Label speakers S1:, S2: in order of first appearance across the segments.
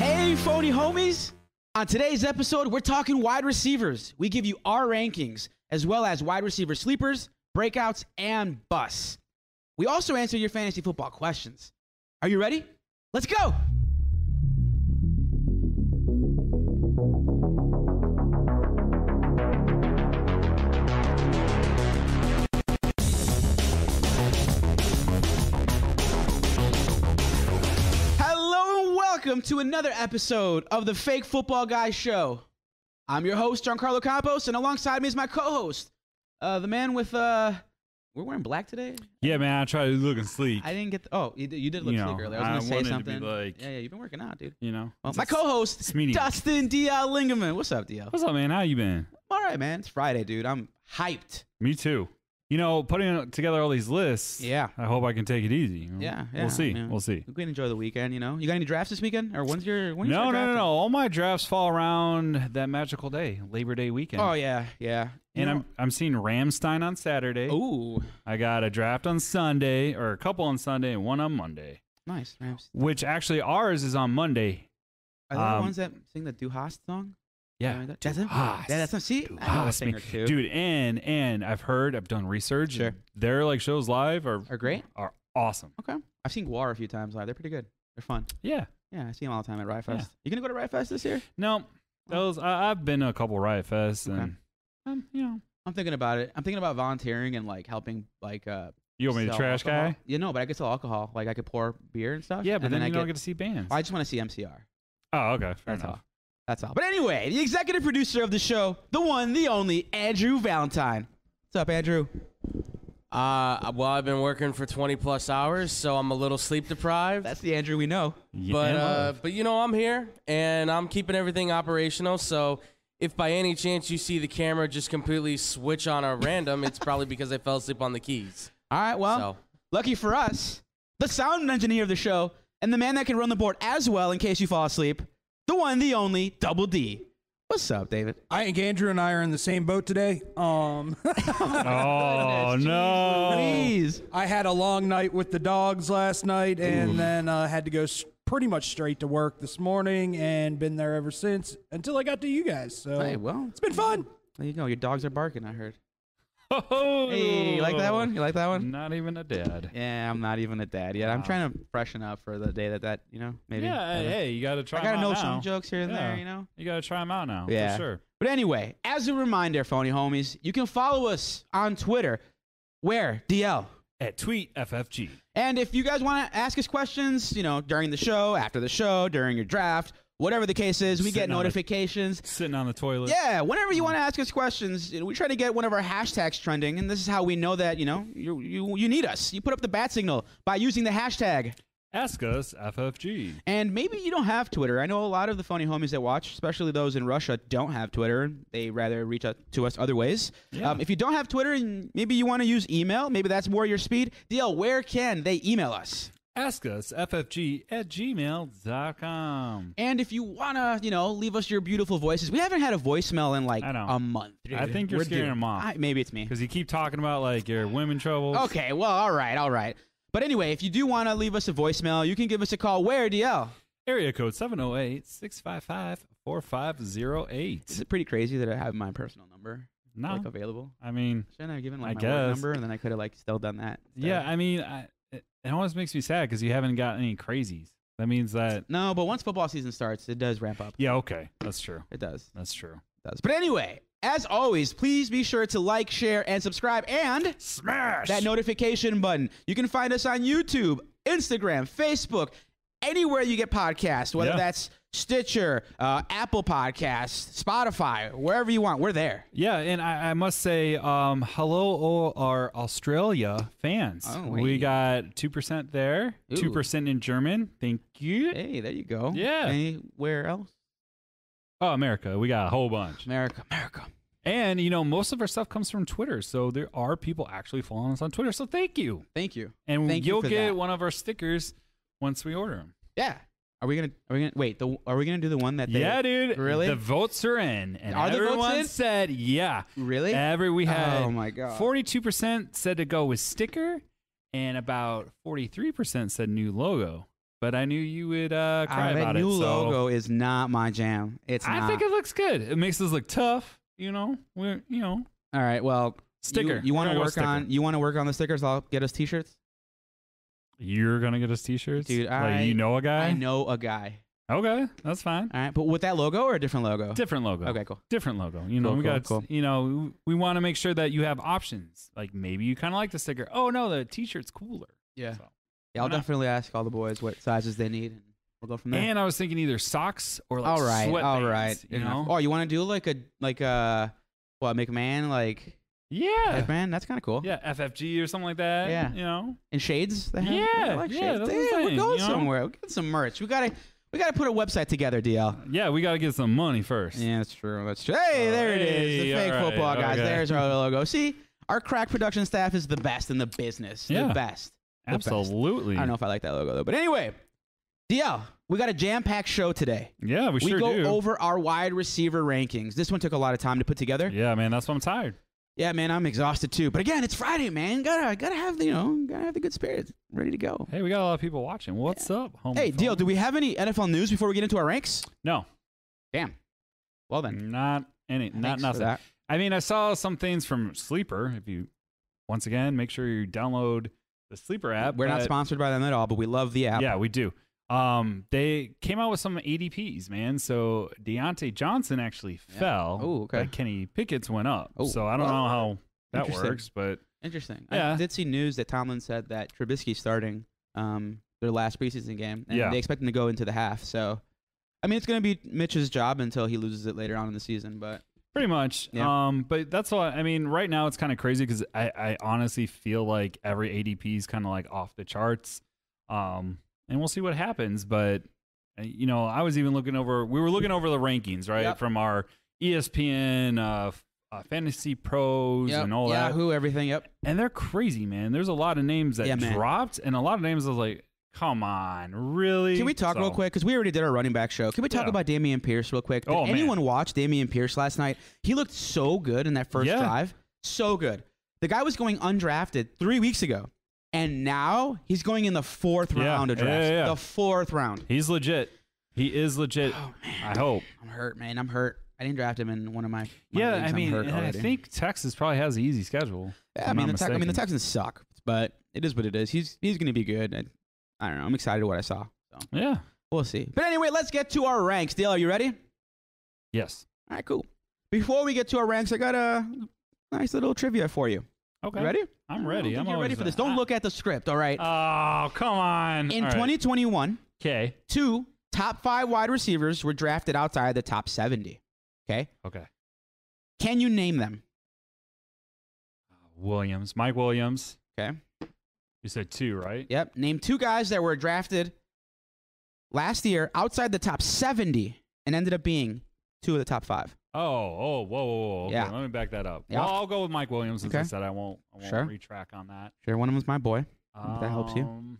S1: Howdy, homies. On today's episode, we're talking wide receivers. We give you our rankings, as well as wide receiver sleepers, breakouts, and busts. We also answer your fantasy football questions. Are you ready? Let's go. Hello and welcome to another episode of the Fake Football Guys Show. I'm your host, Giancarlo Campos, and alongside me is my co-host, uh, the man with uh, we're wearing black today.
S2: Yeah, man, I tried looking sleek.
S1: I didn't get. The, oh, you did, you did look
S2: You
S1: sleek
S2: know,
S1: earlier. I was
S2: I
S1: gonna say
S2: wanted to be
S1: something.
S2: like-
S1: yeah, yeah, you've been working out, dude.
S2: you know,
S1: Well,
S2: It's
S1: my
S2: a-
S1: co-host,
S2: it's meaty.
S1: Dustin DL Lingaman. What's up, DL?
S2: What's up, man? How you been?
S1: I'm all right, man. It's Friday, dude. I'm hyped.
S2: Me too. You know, putting together all these lists.
S1: Yeah.
S2: I hope I can take it easy. you know?
S1: Yeah, yeah,
S2: We'll see.
S1: man.
S2: We'll see.
S1: We can enjoy the weekend, you know. You got any drafts this weekend, or when's your? When's
S2: No, no, no, no. All my drafts fall around that magical day, Labor Day weekend.
S1: Oh yeah, yeah. You Oh.
S2: and
S1: know-
S2: I'm I'm seeing Ramstein on Saturday.
S1: Ooh,
S2: I got a draft on Sunday, or a couple on Sunday, and one on Monday.
S1: nice. Rams.
S2: Which actually ours is on Monday.
S1: Are they the
S2: Um,
S1: ones that sing the Du Hast song?
S2: Yeah.
S1: Like that? That's them?
S2: Hast.
S1: Yeah, that's them. See,
S2: Dude,
S1: I know a
S2: honest
S1: thing
S2: me-
S1: or two.
S2: dude, and and I've heard, I've done research.
S1: Sure.
S2: and Their like shows live are
S1: are great.
S2: are awesome.
S1: Okay, I've seen Guar a few times live. They're pretty good. They're fun.
S2: Yeah.
S1: Yeah, I see them all the time at Riot
S2: Yeah.
S1: Fest. You gonna go to Riot Fest this year?
S2: No, those I, I've been to a couple riot fests
S1: Okay.
S2: and um, you know
S1: I'm thinking about it. I'm thinking about volunteering and like helping, like. uh
S2: you want me to
S1: sell
S2: trash
S1: alcohol.
S2: guy?
S1: Yeah, no, but I could sell alcohol. Like I could pour beer and stuff.
S2: Yeah, but
S1: and
S2: then,
S1: I
S2: you don't get to see bands.
S1: I just want to see MCR.
S2: oh, okay, fair
S1: That's
S2: enough.
S1: all. That's all. But anyway, the executive producer of the show, the one, the only, Andrew Valentine. What's up, Andrew?
S3: Uh, well, I've been working for 20 plus hours, so I'm a little sleep deprived.
S1: That's the Andrew we know.
S2: Yeah,
S3: but
S2: and
S3: uh,
S2: love.
S3: but you know, I'm here and I'm keeping everything operational. So if by any chance you see the camera just completely switch on a random, it's probably because I fell asleep on the keys.
S1: All right, well,
S3: So
S1: lucky for us, the sound engineer of the show and the man that can run the board as well in case you fall asleep, the one, the only, Double D. What's up, David?
S4: I think Andrew and I are in the same boat today. Um,
S2: oh no,
S1: Please.
S4: I had a long night with the dogs last night, and then uh, had to go s- pretty much straight to work this morning, and been there ever since until I got to you guys. So
S1: Hey, well,
S4: it's been fun.
S1: there you go. Your dogs are barking, I heard.
S2: oh,
S1: Hey, you like that one? You like that one?
S2: Not even a dad.
S1: Yeah, I'm not even a dad yet. I'm
S2: Wow.
S1: trying to freshen up for the day that that, you know, maybe.
S2: Yeah, hey,
S1: happens.
S2: hey, you gotta try.
S1: I gotta
S2: 'em
S1: know
S2: out
S1: some
S2: now.
S1: jokes here and there,
S2: Yeah.
S1: you know.
S2: You gotta try them out now.
S1: Yeah.
S2: for sure.
S1: But anyway, as a reminder, phony homies, you can follow us on Twitter, where DL.
S2: At tweet ffg.
S1: And if you guys want to ask us questions, you know, during the show, after the show, during your draft, whatever the case is, we get
S2: Sitting on the-
S1: notifications.
S2: Sitting on the toilet.
S1: Yeah, whenever you want to ask us questions, you know, we try to get one of our hashtags trending, and this is how we know that you know you you, you need us. You put up the bat signal by using the hashtag.
S2: Ask us ffg.
S1: And maybe you don't have Twitter. I know a lot of the phony homies that watch, especially those in Russia, don't have Twitter. They rather reach out to us other ways.
S2: Yeah.
S1: Um, if you don't have Twitter and maybe you want to use email, maybe that's more your speed. DL, where can they email us?
S2: Ask us ffg at gmail.com.
S1: And if you want to, you know, leave us your beautiful voices. We haven't had a voicemail in like
S2: I know.
S1: a month.
S2: I think you're
S1: We're
S2: scaring
S1: due.
S2: them off.
S1: I, maybe it's me.
S2: Because you keep talking about like your women troubles.
S1: Okay, well, all right, all right. But anyway, if you do want to leave us a voicemail, you can give us a call. Where, DL?
S2: Area code 708 655
S1: Is
S2: 4508.
S1: it pretty crazy that I have my personal number
S2: No.
S1: like available?
S2: I mean,
S1: Shouldn't I have given
S2: I
S1: like my work
S2: guess.
S1: number and then I could have like still done that? instead?
S2: yeah, I mean, I, it, it always makes me sad because you haven't got any crazies. That means that,
S1: No, but once football season starts, it does ramp up.
S2: yeah, okay. That's true.
S1: It does.
S2: That's true.
S1: It does. But anyway, as always, please be sure to like, share, and subscribe and
S2: Smash!
S1: that notification button. You can find us on YouTube, Instagram, Facebook, anywhere you get podcasts, whether
S2: Yeah.
S1: that's Stitcher, uh, Apple Podcasts, Spotify, wherever you want. We're there.
S2: yeah, and I, I must say, um, hello, all our Australia fans.
S1: Oh,
S2: we
S1: wait.
S2: got 2% there,
S1: Ooh.
S2: 2% in German. Thank you.
S1: Hey, there you go.
S2: Yeah.
S1: Anywhere else?
S2: Oh, America. We got a whole bunch.
S1: America, America.
S2: And, you know, most of our stuff comes from Twitter. So there are people actually following us on Twitter. So thank you.
S1: Thank you.
S2: and
S1: Thank you
S2: you'll
S1: for
S2: get
S1: that.
S2: one of our stickers once we order them.
S1: Yeah. Are we gonna? Are we gonna? Wait. The, are we gonna do the one that? They,
S2: yeah, dude.
S1: Really?
S2: The votes are in, and
S1: Are the votes
S2: everyone
S1: in?
S2: said yeah.
S1: Really?
S2: Every we had.
S1: Oh my God.
S2: Forty-two percent said to go with sticker, and about forty-three percent said new logo. but I knew you would uh, cry
S1: Uh,
S2: about
S1: that new
S2: it. so-
S1: logo is not my jam. It's
S2: I
S1: not.
S2: think it looks good. It makes us look tough. You know, we're you know
S1: All right. Well, you-
S2: sticker.
S1: You, want to
S2: We're gonna go
S1: work
S2: sticker.
S1: on you want to work on the stickers? I'll get us t-shirts.
S2: You're gonna get us t-shirts,
S1: Dude,
S2: Like
S1: I-
S2: you know a guy.
S1: I know a guy.
S2: Okay, that's fine.
S1: All right, but with that logo or a different logo?
S2: Different logo.
S1: Okay, cool.
S2: different logo. You know,
S1: Cool,
S2: we
S1: cool,
S2: got
S1: cool.
S2: you know, we want to make sure that you have options. Like maybe you kind of like the sticker. Oh no, the t-shirt's cooler.
S1: Yeah.
S2: So-
S1: yeah I'll
S2: Why not?
S1: definitely ask all the boys what sizes they need, and we'll go from there.
S2: And I was thinking either socks or like
S1: all right,
S2: sweatbands,
S1: all right.
S2: You
S1: Fair
S2: know,
S1: enough. Oh, you want to do like a like a what McMahon like
S2: yeah,
S1: McMahon? That's kind of cool.
S2: yeah, FFG or something like that.
S1: Yeah.
S2: you know,
S1: And shades. They have?
S2: Yeah, yeah, that's what I'm
S1: Damn, we're
S2: saying,
S1: going
S2: you know?
S1: somewhere. We're getting some merch. We gotta we gotta put a website together, DL.
S2: yeah. We got to get some money first.
S1: Yeah, that's true. That's true. Hey,
S2: Oh,
S1: there it is. The
S2: hey,
S1: fake
S2: all right,
S1: football guys.
S2: okay.
S1: There's our logo. See, our crack production staff is the best in the business.
S2: Yeah.
S1: The best. The best.
S2: Absolutely.
S1: I don't know if I like that logo though. But anyway, DL, we got a jam-packed show today.
S2: Yeah, we,
S1: We
S2: sure
S1: go
S2: do.
S1: over our wide receiver rankings. This one took a lot of time to put together. Yeah,
S2: yeah, man, that's why I'm tired.
S1: man, I'm exhausted too. But again, it's Friday, man. Gotta gotta have the you know gotta have the good spirits ready to go.
S2: Hey, we got a lot of people watching. What's up, home?
S1: Hey, DL, do we have any NFL news before we get into our ranks?
S2: No,
S1: Damn. Well then,
S2: not any, not
S1: thanks for
S2: nothing.
S1: that.
S2: I mean, I saw some things from Sleeper. If you, once again, make sure you download the Sleeper app.
S1: We're not
S2: but-
S1: sponsored by them at all, but we love the app.
S2: Yeah, we do. Um, they came out with some ADPs, man. So Deontay Johnson actually fell.
S1: Ooh, okay.
S2: But Kenny Pickett's went up.
S1: Ooh,
S2: so I don't
S1: well,
S2: know how that
S1: interesting.
S2: works, but
S1: Interesting. I
S2: Yeah.
S1: did see news that Tomlin said that Trubisky starting um, their last preseason game, and
S2: Yeah.
S1: they expect him to go into the half. So, I mean, it's going to be Mitch's job until he loses it later on in the season. But
S2: pretty much.
S1: Yeah.
S2: Um, but that's why I mean, right now it's kind of crazy because I, I honestly feel like every ADP is kind of like off the charts. Um, and we'll see what happens. But uh, you know, I was even looking over. We were looking over the rankings, right,
S1: Yep.
S2: from our E ESPN, uh, f- uh fantasy pros, and all that.
S1: Yahoo, everything. Yep.
S2: and they're crazy, man. There's a lot of names that
S1: Yeah, man.
S2: dropped, and a lot of names I was like, "Come on, really?"
S1: Can we talk
S2: So-
S1: real quick? Because we already did our running back show. Can we talk
S2: Yeah.
S1: about Damian Pierce real quick? Did
S2: Oh, man.
S1: anyone watch Damian Pierce last night? He looked so good in that first
S2: Yeah.
S1: drive. So good. The guy was going undrafted three weeks ago, and now he's going in the fourth
S2: Yeah.
S1: round of
S2: Yeah,
S1: drafts.
S2: yeah, yeah.
S1: The fourth round. Oh,
S2: He's legit. He is legit. I hope.
S1: I'm hurt, man. I'm hurt. I didn't draft him in one of my. my
S2: yeah,
S1: leagues.
S2: I
S1: I'm
S2: mean,
S1: hurt
S2: and I
S1: already.
S2: think Texas probably has an easy schedule.
S1: Yeah, I
S2: I'm
S1: mean, the
S2: not
S1: Tex- I mean, the
S2: mistaken.
S1: Texans suck, but it is what it is. He's he's gonna be good. I, I don't know. I'm excited what I saw. So
S2: Yeah.
S1: we'll see. But anyway, let's get to our ranks. Dale, are you ready? All
S2: Yes.
S1: right, cool. Before we get to our ranks, I got a nice little trivia for you.
S2: Okay.
S1: You ready? I
S2: I'm
S1: don't
S2: ready.
S1: think
S2: I'm
S1: you're
S2: always
S1: ready for this. Don't look at the script. All right.
S2: Oh, come on.
S1: In 2021,
S2: Okay.
S1: two top five wide receivers were drafted outside the top 70. Okay.
S2: Okay.
S1: Can you name them?
S2: Williams, Mike Williams.
S1: Okay.
S2: You said two, right?
S1: Yep. Name two guys that were drafted last year outside the top 70 and ended up being two of the top five.
S2: Oh, oh, whoa, whoa, whoa. Okay,
S1: Yeah.
S2: Let me back that up.
S1: Yeah.
S2: Well, I'll go with Mike Williams since I
S1: Okay.
S2: said I won't. I won't
S1: Sure.
S2: retrack on that.
S1: Sure, one of them's my boy.
S2: Um,
S1: If that helps you.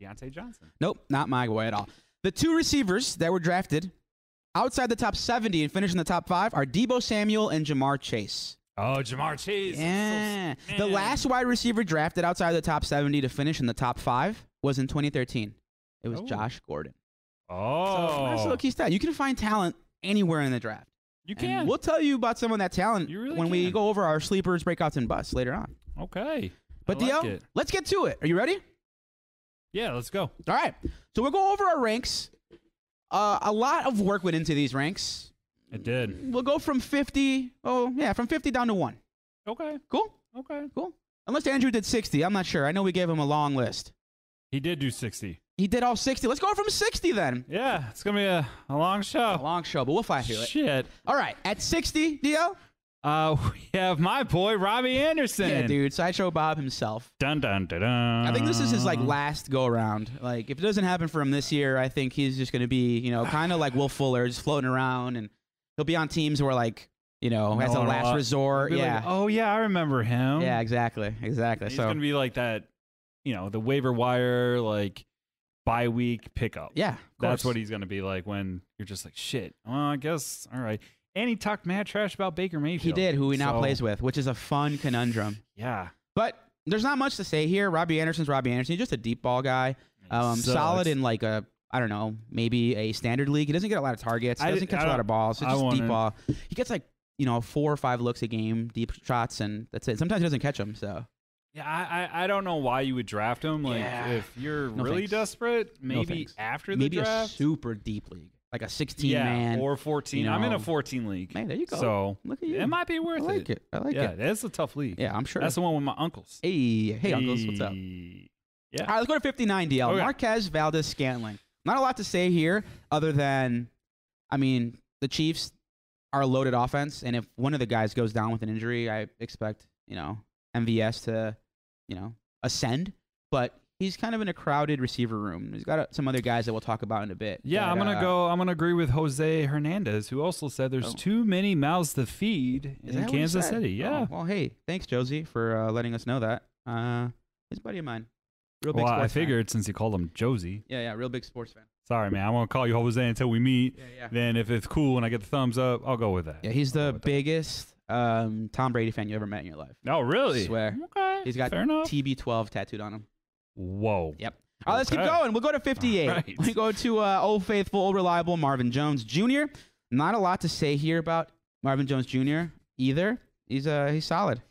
S2: Deontay Johnson.
S1: Nope, not my boy at all. The two receivers that were drafted outside the top 70 and finished in the top five are Debo Samuel and Jamar Chase.
S2: Oh, Jamar Chase.
S1: Yeah.
S2: So-
S1: The
S2: man.
S1: last wide receiver drafted outside the top 70 to finish in the top five was in 2013. It was
S2: Oh.
S1: Josh Gordon. So that's a
S2: Oh,
S1: low key stat. You can find talent anywhere in the draft.
S2: you
S1: And
S2: can.
S1: we'll tell you about some of that talent
S2: You really
S1: when we
S2: can.
S1: go over our sleepers, breakouts, and busts later on.
S2: Okay.
S1: But
S2: I like
S1: DL,
S2: it.
S1: let's get to it. Are you ready?
S2: yeah, let's go.
S1: All right. So we'll go over our ranks. Uh, a lot of work went into these ranks.
S2: It did.
S1: We'll go from 50. Oh, yeah, from 50 down to one.
S2: Okay.
S1: Cool,
S2: Okay.
S1: cool. Unless Andrew did 60. I'm not sure. I know we gave him a long list.
S2: He did do 60.
S1: He did all 60. Let's go from 60 then.
S2: Yeah, it's going to be a, a long
S1: A
S2: show.
S1: long show, but we'll fight through it.
S2: Shit.
S1: All right. At 60, DL.
S2: Uh, we have my boy, Robbie Anderson.
S1: Yeah, dude. Sideshow Bob himself.
S2: Dun, dun, dun, dun.
S1: I think this is his like
S2: Um.
S1: last go around. Like if it doesn't happen for him this year, I think he's just gonna be, you know, kind of like Will Fuller, just floating around, and he'll be on teams where like, you know, as a
S2: No,
S1: last
S2: uh,
S1: resort.
S2: Be like,
S1: Yeah,
S2: oh, yeah, I remember him.
S1: yeah, exactly, exactly.
S2: He's
S1: so
S2: going to be like that, you know, the waiver wire, like, bye week pickup.
S1: yeah, of
S2: That's
S1: course.
S2: what he's going to be like when you're just like, shit. Oh, I guess. All right. And he talked mad trash about Baker Mayfield.
S1: he did. Who he now
S2: So,
S1: plays with, which is a fun conundrum.
S2: Yeah.
S1: But there's not much to say here. Robbie Anderson's Robbie Anderson. He's just a deep ball guy. Um,
S2: Sucks.
S1: solid in like a I don't know, maybe a standard league. He doesn't get a lot of targets. He
S2: I-
S1: doesn't catch
S2: I
S1: a lot
S2: don't-
S1: of balls. It's
S2: I
S1: just deep
S2: wanted-
S1: ball. He gets like you know four or five looks a game, deep shots, and that's it. Sometimes he doesn't catch them. So
S2: Yeah, I, I I don't know why you would draft him. Like,
S1: Yeah.
S2: if you're
S1: No
S2: really
S1: thanks.
S2: desperate, maybe
S1: thanks.
S2: after the
S1: maybe a
S2: draft,
S1: super deep league, like a 16
S2: yeah,
S1: man.
S2: or 14. I'm in a
S1: know.
S2: 14 league,
S1: Man, there you go.
S2: so
S1: Look at you.
S2: it might be
S1: I
S2: worth
S1: like it. I like
S2: yeah,
S1: it.
S2: that's a tough league.
S1: Yeah, I'm sure.
S2: That's the one with my uncles.
S1: hey, hey, uncles, what's up?
S2: Hey.
S1: All right, let's go to 59 DL.
S2: Okay.
S1: Marquez Valdez Scantling. Not a lot to say here other than, I mean, the Chiefs are a loaded offense, and if one of the guys goes down with an injury, I expect, you know, MVS to, you know, ascend. But he's kind of in a crowded receiver room. He's got uh, some other guys that we'll talk about in a bit.
S2: Yeah,
S1: that,
S2: I'm gonna
S1: uh,
S2: go. I'm gonna agree with Jose Hernandez, who also said there's
S1: Oh.
S2: too many mouths to feed
S1: is
S2: in
S1: that what he
S2: Kansas
S1: said?
S2: City. Yeah,
S1: Oh, well, hey, thanks, Josie, for uh, letting us know that. Uh, he's a buddy of mine. Real big
S2: well, I
S1: sports fan.
S2: figured since you called him Josie,
S1: Yeah, yeah, real big sports fan.
S2: sorry, man, I won't call you Jose until we meet.
S1: Yeah, yeah.
S2: Then if it's cool and I get the thumbs up, I'll go with that.
S1: Yeah, he's
S2: I'll go
S1: the
S2: with that.
S1: biggest um, Tom Brady fan you ever met in your life.
S2: Oh, really?
S1: Swear.
S2: Okay.
S1: He's got
S2: fair enough.
S1: TB12 tattooed on him.
S2: Whoa.
S1: Yep. All right, let's keep
S2: Okay.
S1: going. We'll go to 58.
S2: All right.
S1: We go to uh, old faithful, old reliable Marvin Jones Jr. Not a lot to say here about Marvin Jones Jr. either. He's uh he's solid.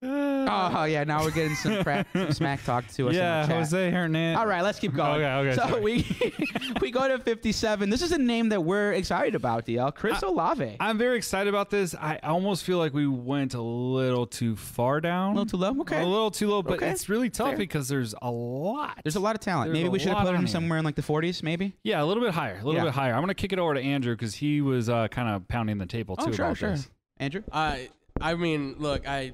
S2: Uh,
S1: Oh yeah, now we're getting some crap, some smack talk to us.
S2: yeah,
S1: in the chat.
S2: Jose Hernandez.
S1: All right, let's keep going.
S2: Okay, okay,
S1: So
S2: sorry.
S1: we we go to 57. This is a name that we're excited about, DL. Chris Olave.
S2: I'm very excited about this. I almost feel like we went a little too far down.
S1: a little too low. Okay.
S2: A little too low, but
S1: Okay.
S2: it's really tough
S1: Fair.
S2: because there's a lot.
S1: There's a lot of talent.
S2: There's
S1: Maybe
S2: a
S1: we should have
S2: lot
S1: put
S2: on
S1: him
S2: here.
S1: somewhere in like the 40s, maybe.
S2: Yeah, a little bit higher. A little
S1: Yeah.
S2: bit higher. I'm gonna kick it over to Andrew because he was uh, kind of pounding the table too
S1: Oh, sure,
S2: about
S1: sure.
S2: this.
S1: Andrew?
S3: I I mean, look, I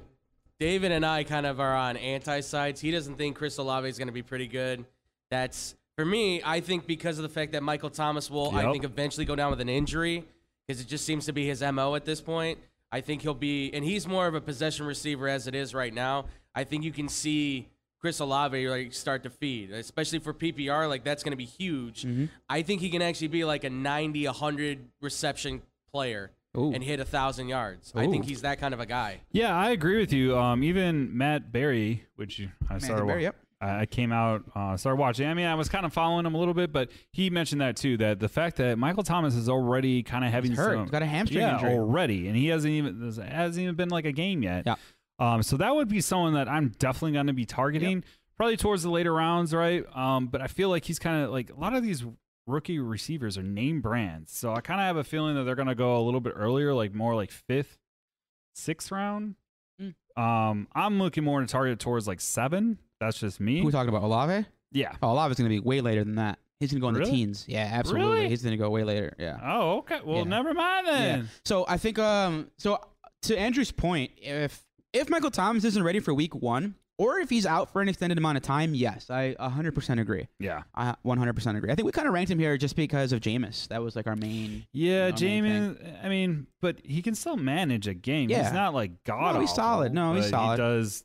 S3: David and I kind of are on anti sides. He doesn't think Chris Olave is going to be pretty good. That's for me. I think because of the fact that Michael Thomas will, I
S2: Yep.
S3: think, eventually go down with an injury because it just seems to be his mo at this point. I think he'll be, and he's more of a possession receiver as it is right now. I think you can see Chris Olave like start to feed, especially for PPR. Like that's going to be huge. I think he can actually be like a 90, 100 reception player
S1: Ooh.
S3: and hit a thousand yards. I think he's that kind of a guy.
S2: Yeah, I agree with you. Um, even Matt Berry, which you- I started, wa-
S1: Berry, yep.
S2: I I came out, uh, started watching. I mean, I was kind of following him a little bit, but he mentioned that too. That the fact that Michael Thomas is already kind of having
S1: He's hurt.
S2: some-
S1: He's got a hamstring
S2: yeah, oh,
S1: injury.
S2: already, and he hasn't even this hasn't even been like a game yet.
S1: Yeah.
S2: Um, so that would be someone that I'm definitely going to be targeting, probably towards the later rounds, right? Um, but I feel like he's kind of like a lot of these rookie receivers are name brands, so I kind of have a feeling that they're going to go a little bit earlier, like more like fifth, sixth round.
S1: Mm.
S2: Um, I'm looking more to target towards like seven. That's just me.
S1: Who we talking about? Olave?
S2: yeah.
S1: Oh, Olave's going to be way later than that. He's going to go in the
S2: Really?
S1: teens. Yeah, absolutely.
S2: Really?
S1: He's going to go way later. Yeah.
S2: Oh, okay. Well,
S1: Yeah.
S2: never mind
S1: Yeah.
S2: then.
S1: So I think um so to Andrew's point, if if Michael Thomas isn't ready for week 1 or if he's out for an extended amount of time, yes, I 100% agree.
S2: Yeah.
S1: I 100% agree. I think we kind of ranked him here just because of Jameis. That was like our main.
S2: Yeah,
S1: You know, main
S2: Jamin. I mean, but he can still manage a game.
S1: Yeah.
S2: He's not like god.
S1: No, he's
S2: awful,
S1: solid. No, he's
S2: but
S1: solid.
S2: He does,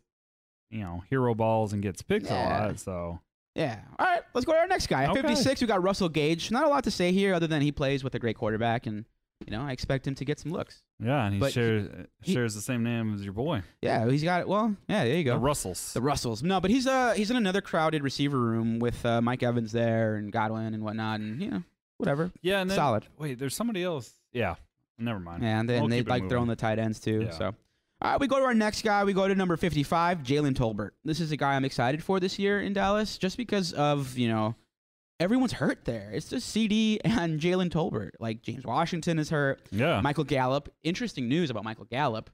S2: you know, hero balls and gets picked
S1: Yeah.
S2: a lot. So
S1: Yeah. All right, let's go to our next guy. At
S2: Okay.
S1: 56, we got Russell Gage. Not a lot to say here other than he plays with a great quarterback and you know, I expect him to get some looks.
S2: yeah, and he
S1: But he-
S2: shares
S1: he-
S2: shares the same name as your boy,
S1: Yeah, he's got well, yeah, there you go.
S2: the Russells.
S1: The Russells. No, but he's uh he's in another crowded receiver room with uh, Mike Evans there and Godwin and whatnot, and you know whatever.
S2: yeah, and then,
S1: solid.
S2: Wait, there's somebody else. Yeah, never mind.
S1: And then
S2: We'll
S1: they
S2: keep it
S1: like throwing the
S2: moving.
S1: tight ends too.
S2: Yeah.
S1: So. All right, we go to our next guy. We go to number 55, Jalen Tolbert. This is a guy I'm excited for this year in Dallas just because of, you know, everyone's hurt there. It's just CD and Jalen Tolbert. Like, James Washington is hurt.
S2: yeah.
S1: Michael Gallup. Interesting news about Michael Gallup.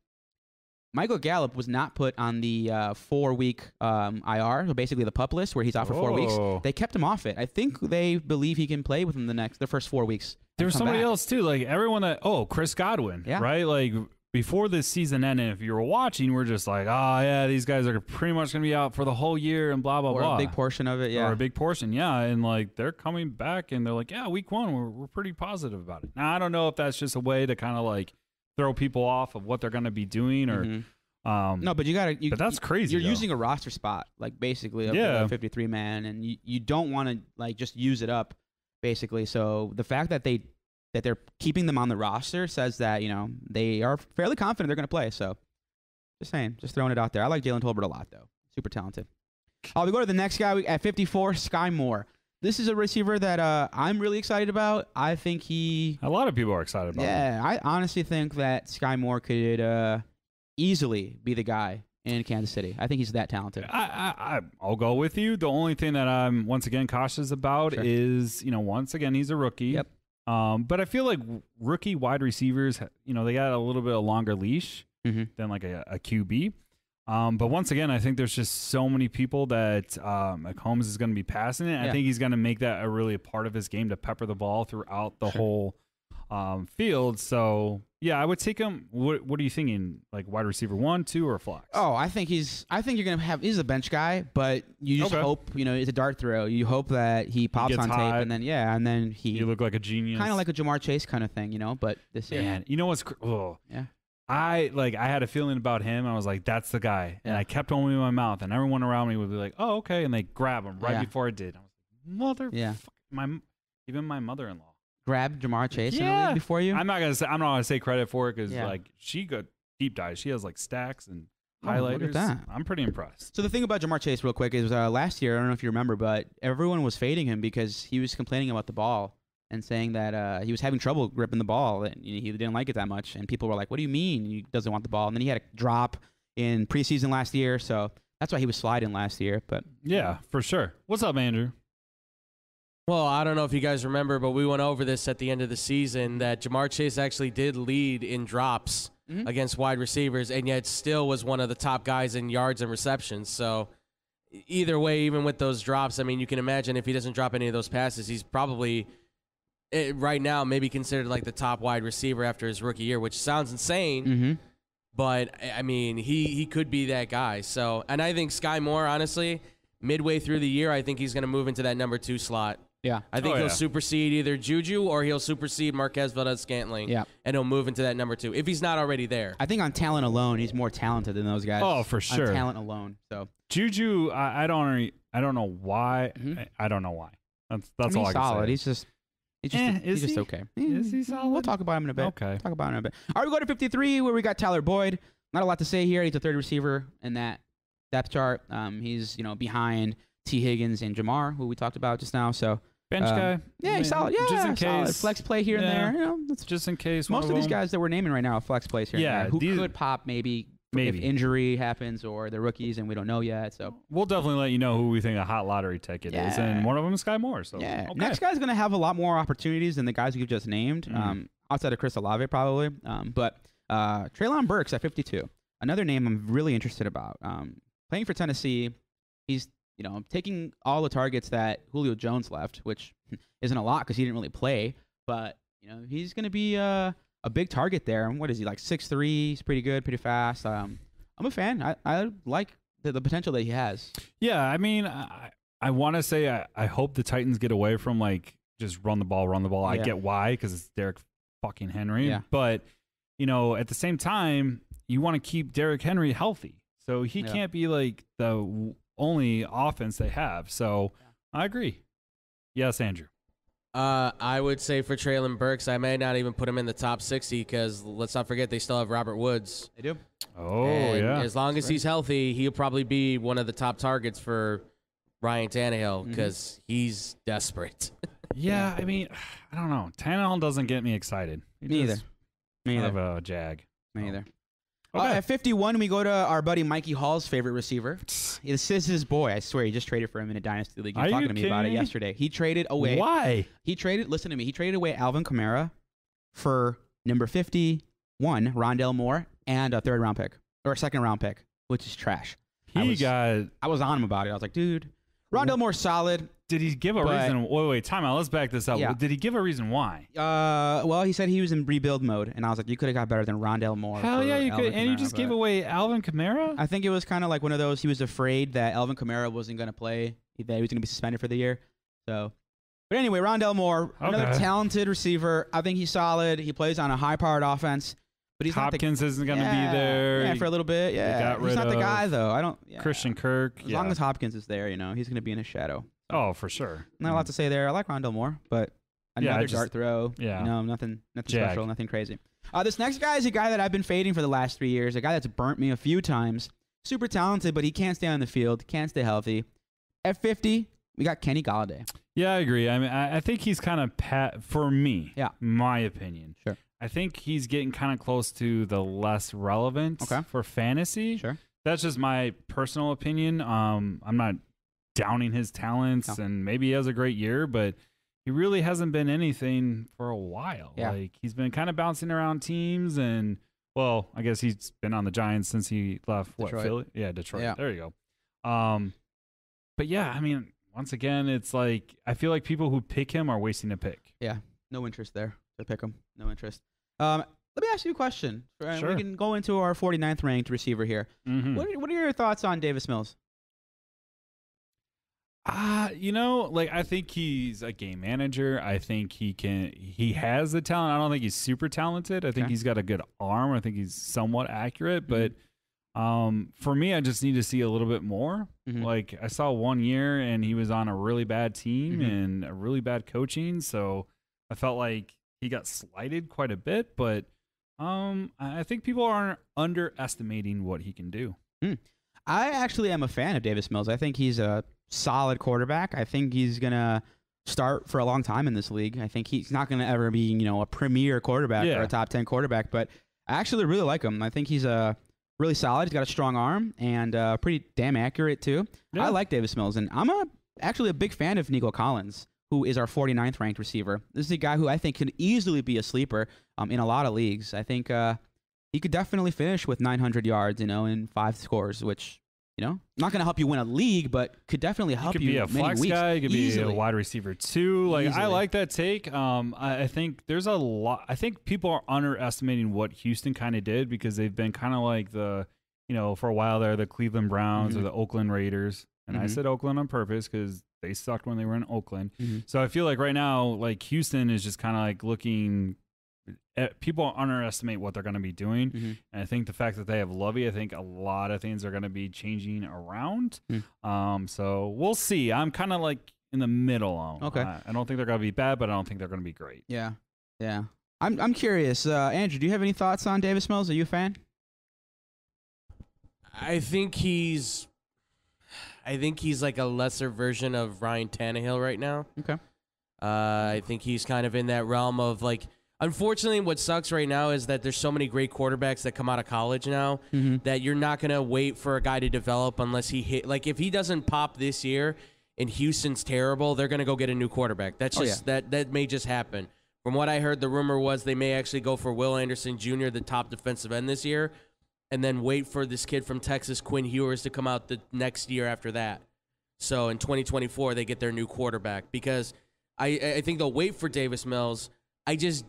S1: Michael Gallup was not put on the uh, four week um, IR, so basically the pup list where he's out for four weeks.
S2: Oh.
S1: They kept him off it. I think they believe he can play within the next the first four weeks. and
S2: There was
S1: come
S2: somebody
S1: back.
S2: else too, like everyone that oh, Chris Godwin,
S1: Yeah.
S2: right? Like before this season ended, if you were watching, we're just like, oh yeah, these guys are pretty much gonna be out for the whole year and blah blah
S1: or
S2: blah.
S1: a big portion of it. Yeah,
S2: or a big portion. Yeah, and like they're coming back and they're like, yeah, week one, we're, we're pretty positive about it. Now I don't know if that's just a way to kind of like throw people off of what they're going to be doing or
S1: Mhm.
S2: um,
S1: no, but you gotta. You,
S2: But that's crazy,
S1: You're
S2: though.
S1: using a roster spot, like basically, of
S2: Yeah.
S1: the 53 man, and you, you don't want to like just use it up, basically. So the fact that they that they're keeping them on the roster says that you know they are fairly confident they're gonna play. So just saying, just throwing it out there. I like Jalen Tolbert a lot though. Super talented. Uh, we go to the next guy we- at 54, Sky Moore. This is a receiver that uh, I'm really excited about. I think he.
S2: A lot of people are excited about. him.
S1: Yeah, I honestly think that Sky Moore could uh, easily be the guy in Kansas City. I think he's that talented.
S2: I, I, I, I'll go with you. The only thing that I'm once again cautious about
S1: Sure.
S2: is, you know, once again he's a rookie.
S1: Yep.
S2: Um, but I feel like rookie wide receivers, you know, they got a little bit of longer leash
S1: Mhm.
S2: than like a, a QB. Um, but once again, I think there's just so many people that um, McHolmes is going to be passing it. I
S1: Yeah.
S2: think he's going to make that a really a part of his game to pepper the ball throughout the
S1: Sure.
S2: whole um, field. So yeah, I would take him. What, what are you thinking? Like wide receiver one, two, or flex?
S1: Oh, I think he's. I think you're gonna have. He's a bench guy, but you just
S2: Okay.
S1: hope. You know, it's a dart throw. You hope that he pops
S2: gets
S1: on tape,
S2: hot.
S1: and then yeah, and then he
S2: you look like a genius.
S1: kind of like a Jamar Chase kind of thing, you know. But this year,
S2: Man, you know what's cr- oh.
S1: Yeah.
S2: I like I had a feeling about him. I was like, that's the guy. And
S1: Yeah.
S2: I kept on in my mouth and everyone around me would be like, "Oh, okay." And they grab him right
S1: Yeah.
S2: before I did. I was like, "Mother
S1: Yeah.
S2: fuck- my m- even my mother-in-law.
S1: grab Jamar Chase in the league
S2: Yeah.
S1: before you.
S2: I'm not going to say I'm not going to say credit for it cuz
S1: Yeah.
S2: like she got deep dive. She has like stacks and
S1: Oh, look at
S2: highlighters.
S1: that.
S2: I'm pretty impressed.
S1: so the thing about Jamar Chase, real quick, is uh, last year I don't know if you remember, but everyone was fading him because he was complaining about the ball and saying that uh, he was having trouble gripping the ball and you know, he didn't like it that much. And people were like, "What do you mean he doesn't want the ball?" And then he had a drop in preseason last year, so that's why he was sliding last year. But
S2: Yeah, for sure. What's up, Andrew?
S3: Well, I don't know if you guys remember, but we went over this at the end of the season that Jamar Chase actually did lead in drops
S1: Mhm.
S3: against wide receivers, and yet still was one of the top guys in yards and receptions. So, e- either way, even with those drops, I mean, you can imagine if he doesn't drop any of those passes, he's probably eh, right now maybe considered like the top wide receiver after his rookie year, which sounds insane
S1: mm-hmm.
S3: but I- I mean, he he could be that guy. So, and I think Sky Moore, honestly, midway through the year, I think he's going to move into that number two slot.
S1: yeah,
S3: I think
S2: Oh,
S3: he'll
S2: yeah.
S3: supersede either Juju or he'll supersede Marquez Valdez Scantling.
S1: Yeah.
S3: and he'll move into that number two if he's not already there.
S1: I think on talent alone, he's more talented than those guys.
S2: Oh, for
S1: On
S2: sure.
S1: talent alone, so
S2: Juju, I, I don't re- I don't know why.
S1: Mhm.
S2: I, I don't know why. That's
S1: I
S2: that's
S1: mean,
S2: all I
S1: he's
S2: can
S1: solid.
S2: say.
S1: He's just he's just
S2: Eh,
S1: he's
S2: is
S1: just
S2: he?
S1: okay.
S2: Is he
S1: Eh, We'll
S2: solid?
S1: talk about him in a bit.
S2: Okay.
S1: Talk about him in a bit. All right, we go to 53 where we got Tyler Boyd. Not a lot to say here. He's the third receiver in that depth chart. Um, he's you know behind T Higgins and Jamar, who we talked about just now. So
S2: Bench
S1: Um,
S2: guy.
S1: yeah, he's solid. Yeah,
S2: just in
S1: solid.
S2: case.
S1: flex play here
S2: Yeah.
S1: and there. You know, that's
S2: Just in case. one
S1: most of these
S2: them-
S1: guys that we're naming right now are flex plays here
S2: Yeah,
S1: and there. Who
S2: these-
S1: could pop maybe,
S2: Maybe.
S1: if injury happens or they're rookies and we don't know yet. So
S2: We'll definitely let you know who we think a hot lottery ticket is,
S1: Yeah.
S2: and one of them is Sky Moore. So
S1: Yeah.
S2: okay.
S1: Next guy's going to have a lot more opportunities than the guys you've just named,
S2: Mhm.
S1: um, outside of Chris Olave, probably. Um, but uh, Traylon Burks at 52, another name I'm really interested about. Um, playing for Tennessee, he's you know taking all the targets that Julio Jones left, which isn't a lot because he didn't really play. But you know he's going to be uh, a big target there. And What is he like? Six three. He's pretty good, pretty fast. Um, I'm a fan. I, I like the, the potential that he has.
S2: yeah, I mean, I, I want to say I, I hope the Titans get away from like just run the ball, run the ball. I
S1: Yeah.
S2: get why because it's Derek fucking Henry,
S1: Yeah.
S2: but you know, at the same time, you want to keep Derek Henry healthy, so he
S1: Yeah.
S2: can't be like the w- only offense they have. So I agree. Yes, Andrew.
S3: Uh, I would say for Traylon Burks, I may not even put him in the top sixty because let's not forget they still have Robert Woods.
S1: They do.
S2: Oh
S3: And
S2: yeah.
S3: As long as
S1: That's right.
S3: he's healthy, he'll probably be one of the top targets for Ryan
S1: Mm-hmm.
S3: Tannehill because he's desperate.
S2: Yeah, I mean, I don't know. Tannehill doesn't get me excited. He
S1: Me
S2: just
S1: Me
S2: Kind
S1: either.
S2: of a jag.
S1: Me either.
S2: Okay.
S1: Uh, at 51, we go to our buddy Mikey Hall's favorite receiver. This is his boy. I swear, he just traded for him in a dynasty league. He
S2: Are
S1: was
S2: you
S1: talking to me about it
S2: kidding me?
S1: yesterday. He traded away.
S2: Why?
S1: He traded. Listen to me. He traded away Alvin Kamara for number 51, Rondell Moore, and a third round pick or a second round pick, which is trash. I
S2: He
S1: was-
S2: got.
S1: I was on him about it. I was like, dude, Rondell Moore's solid.
S2: Did he give a
S1: But-
S2: reason? Wait, wait, time out. Let's back this up.
S1: Yeah.
S2: Did he give a reason why?
S1: Uh, well, he said he was in rebuild mode, and I was like, you could have got better than Rondell Moore.
S2: Hell
S1: for
S2: yeah, you
S1: Alvin
S2: could. And you
S1: Kamara,
S2: just
S1: but-
S2: gave away Alvin Kamara.
S1: I think it was kind of like one of those. He was afraid that Elvin Kamara wasn't going to play, that he was going to be suspended for the year. So, but anyway, Rondell Moore, another
S2: Okay.
S1: talented receiver. I think he's solid. He plays on a high-powered offense, but he's not
S2: Hopkins isn't
S1: the,
S2: going to
S1: Yeah,
S2: be there.
S1: Yeah, for a little bit. Yeah,
S2: got
S1: he's
S2: rid
S1: not the
S2: of
S1: guy though. I don't. yeah.
S2: Christian Kirk.
S1: As
S2: yeah.
S1: long as Hopkins is there, you know, he's going to be in his shadow.
S2: oh, for sure.
S1: Not a lot to say there. I like Rondell Moore, but
S2: Yeah, I
S1: another
S2: just-
S1: dart throw.
S2: yeah.
S1: No, nothing, nothing
S2: Jag.
S1: special, nothing crazy. Uh, this next guy is a guy that I've been fading for the last three years. A guy that's burnt me a few times. Super talented, but he can't stay on the field. Can't stay healthy. At 50, we got Kenny Galladay.
S2: Mm. Yeah, I agree. I mean, I, I think he's kind of pat for me.
S1: Yeah.
S2: my opinion.
S1: Sure.
S2: I think he's getting kind of close to the less relevant
S1: Okay.
S2: for fantasy.
S1: Sure.
S2: That's just my personal opinion. Um, I'm not downing his talents,
S1: No.
S2: and maybe he has a great year, but he really hasn't been anything for a while.
S1: Yeah.
S2: Like he's been kind of bouncing around teams, and well, I guess he's been on the Giants since he left. What
S1: Detroit.
S2: Philly? Yeah, Detroit.
S1: Yeah.
S2: There you go. Um, but yeah, I mean, once again, it's like I feel like people who pick him are wasting a pick.
S1: No interest there. So pick him. No interest. Um, let me ask you a question. Uh,
S2: Sure.
S1: We can go into our 49th ranked receiver here.
S2: Mm-hmm.
S1: What, are, what are your thoughts on Davis Mills?
S2: Ah, you know, like I think he's a game manager. I think he can. He has the talent. I don't think he's super talented. I think
S1: Okay.
S2: he's got a good arm. I think he's somewhat accurate. But um, for me, I just need to see a little bit more.
S1: Mhm.
S2: Like I saw one year, and he was on a really bad team
S1: Mhm.
S2: and a really bad coaching. So I felt like he got slighted quite a bit. But um, I I think people are underestimating what he can do.
S1: I actually am a fan of Davis Mills. I think he's a solid quarterback. I think he's going to start for a long time in this league. I think he's not going to ever be, you know, a premier quarterback or
S2: Yeah.
S1: a top 10 quarterback, but I actually really like him. I think he's a really solid. He's got a strong arm and uh, pretty damn accurate too. I
S2: Yeah.
S1: like Davis Mills and I'm a actually a big fan of Nico Collins, who is our 49th ranked receiver. This is a guy who I think can easily be a sleeper um, in a lot of leagues. I think uh, he could definitely finish with 900 yards, you know, and five scores, which, you know, not going to help you win a league, but could definitely
S2: He
S1: help
S2: could
S1: you
S2: be a
S1: many
S2: flex
S1: weeks.
S2: guy. He could be
S1: Easily.
S2: a wide receiver too. Like
S1: Easily.
S2: I like that take. Um, I, I think there's a lot. I think people are underestimating what Houston kind of did because they've been kind of like the, you know, for a while there the Cleveland Browns
S1: Mhm.
S2: or the Oakland Raiders. And I
S1: Mhm.
S2: said Oakland on purpose because they sucked when they were in Oakland.
S1: Mhm.
S2: So I feel like right now, like Houston is just kind of like looking. At, people underestimate what they're going to be doing.
S1: Mhm.
S2: And I think the fact that they have Lovey, I think a lot of things are going to be changing around.
S1: Hmm.
S2: Um, so we'll see. I'm kind of like in the middle. On
S1: Okay.
S2: I, I don't think they're going to be bad, but I don't think they're going to be great.
S1: Yeah. Yeah. I'm, I'm curious. Uh, Andrew, do you have any thoughts on Davis Mills? Are you a fan?
S3: I think he's. I think he's like a lesser version of Ryan Tannehill right now.
S1: Okay.
S3: Uh, I think he's kind of in that realm of like. Unfortunately, what sucks right now is that there's so many great quarterbacks that come out of college now
S1: Mhm.
S3: that you're not going to wait for a guy to develop unless he hit. Like, if he doesn't pop this year and Houston's terrible, they're going to go get a new quarterback. That's
S1: Oh,
S3: just that that may just happen. From what I heard, the rumor was they may actually go for Will Anderson Jr., the top defensive end this year, and then wait for this kid from Texas, Quinn Hewers, to come out the next year after that. So in 2024, they get their new quarterback because I, I think they'll wait for Davis Mills. I just,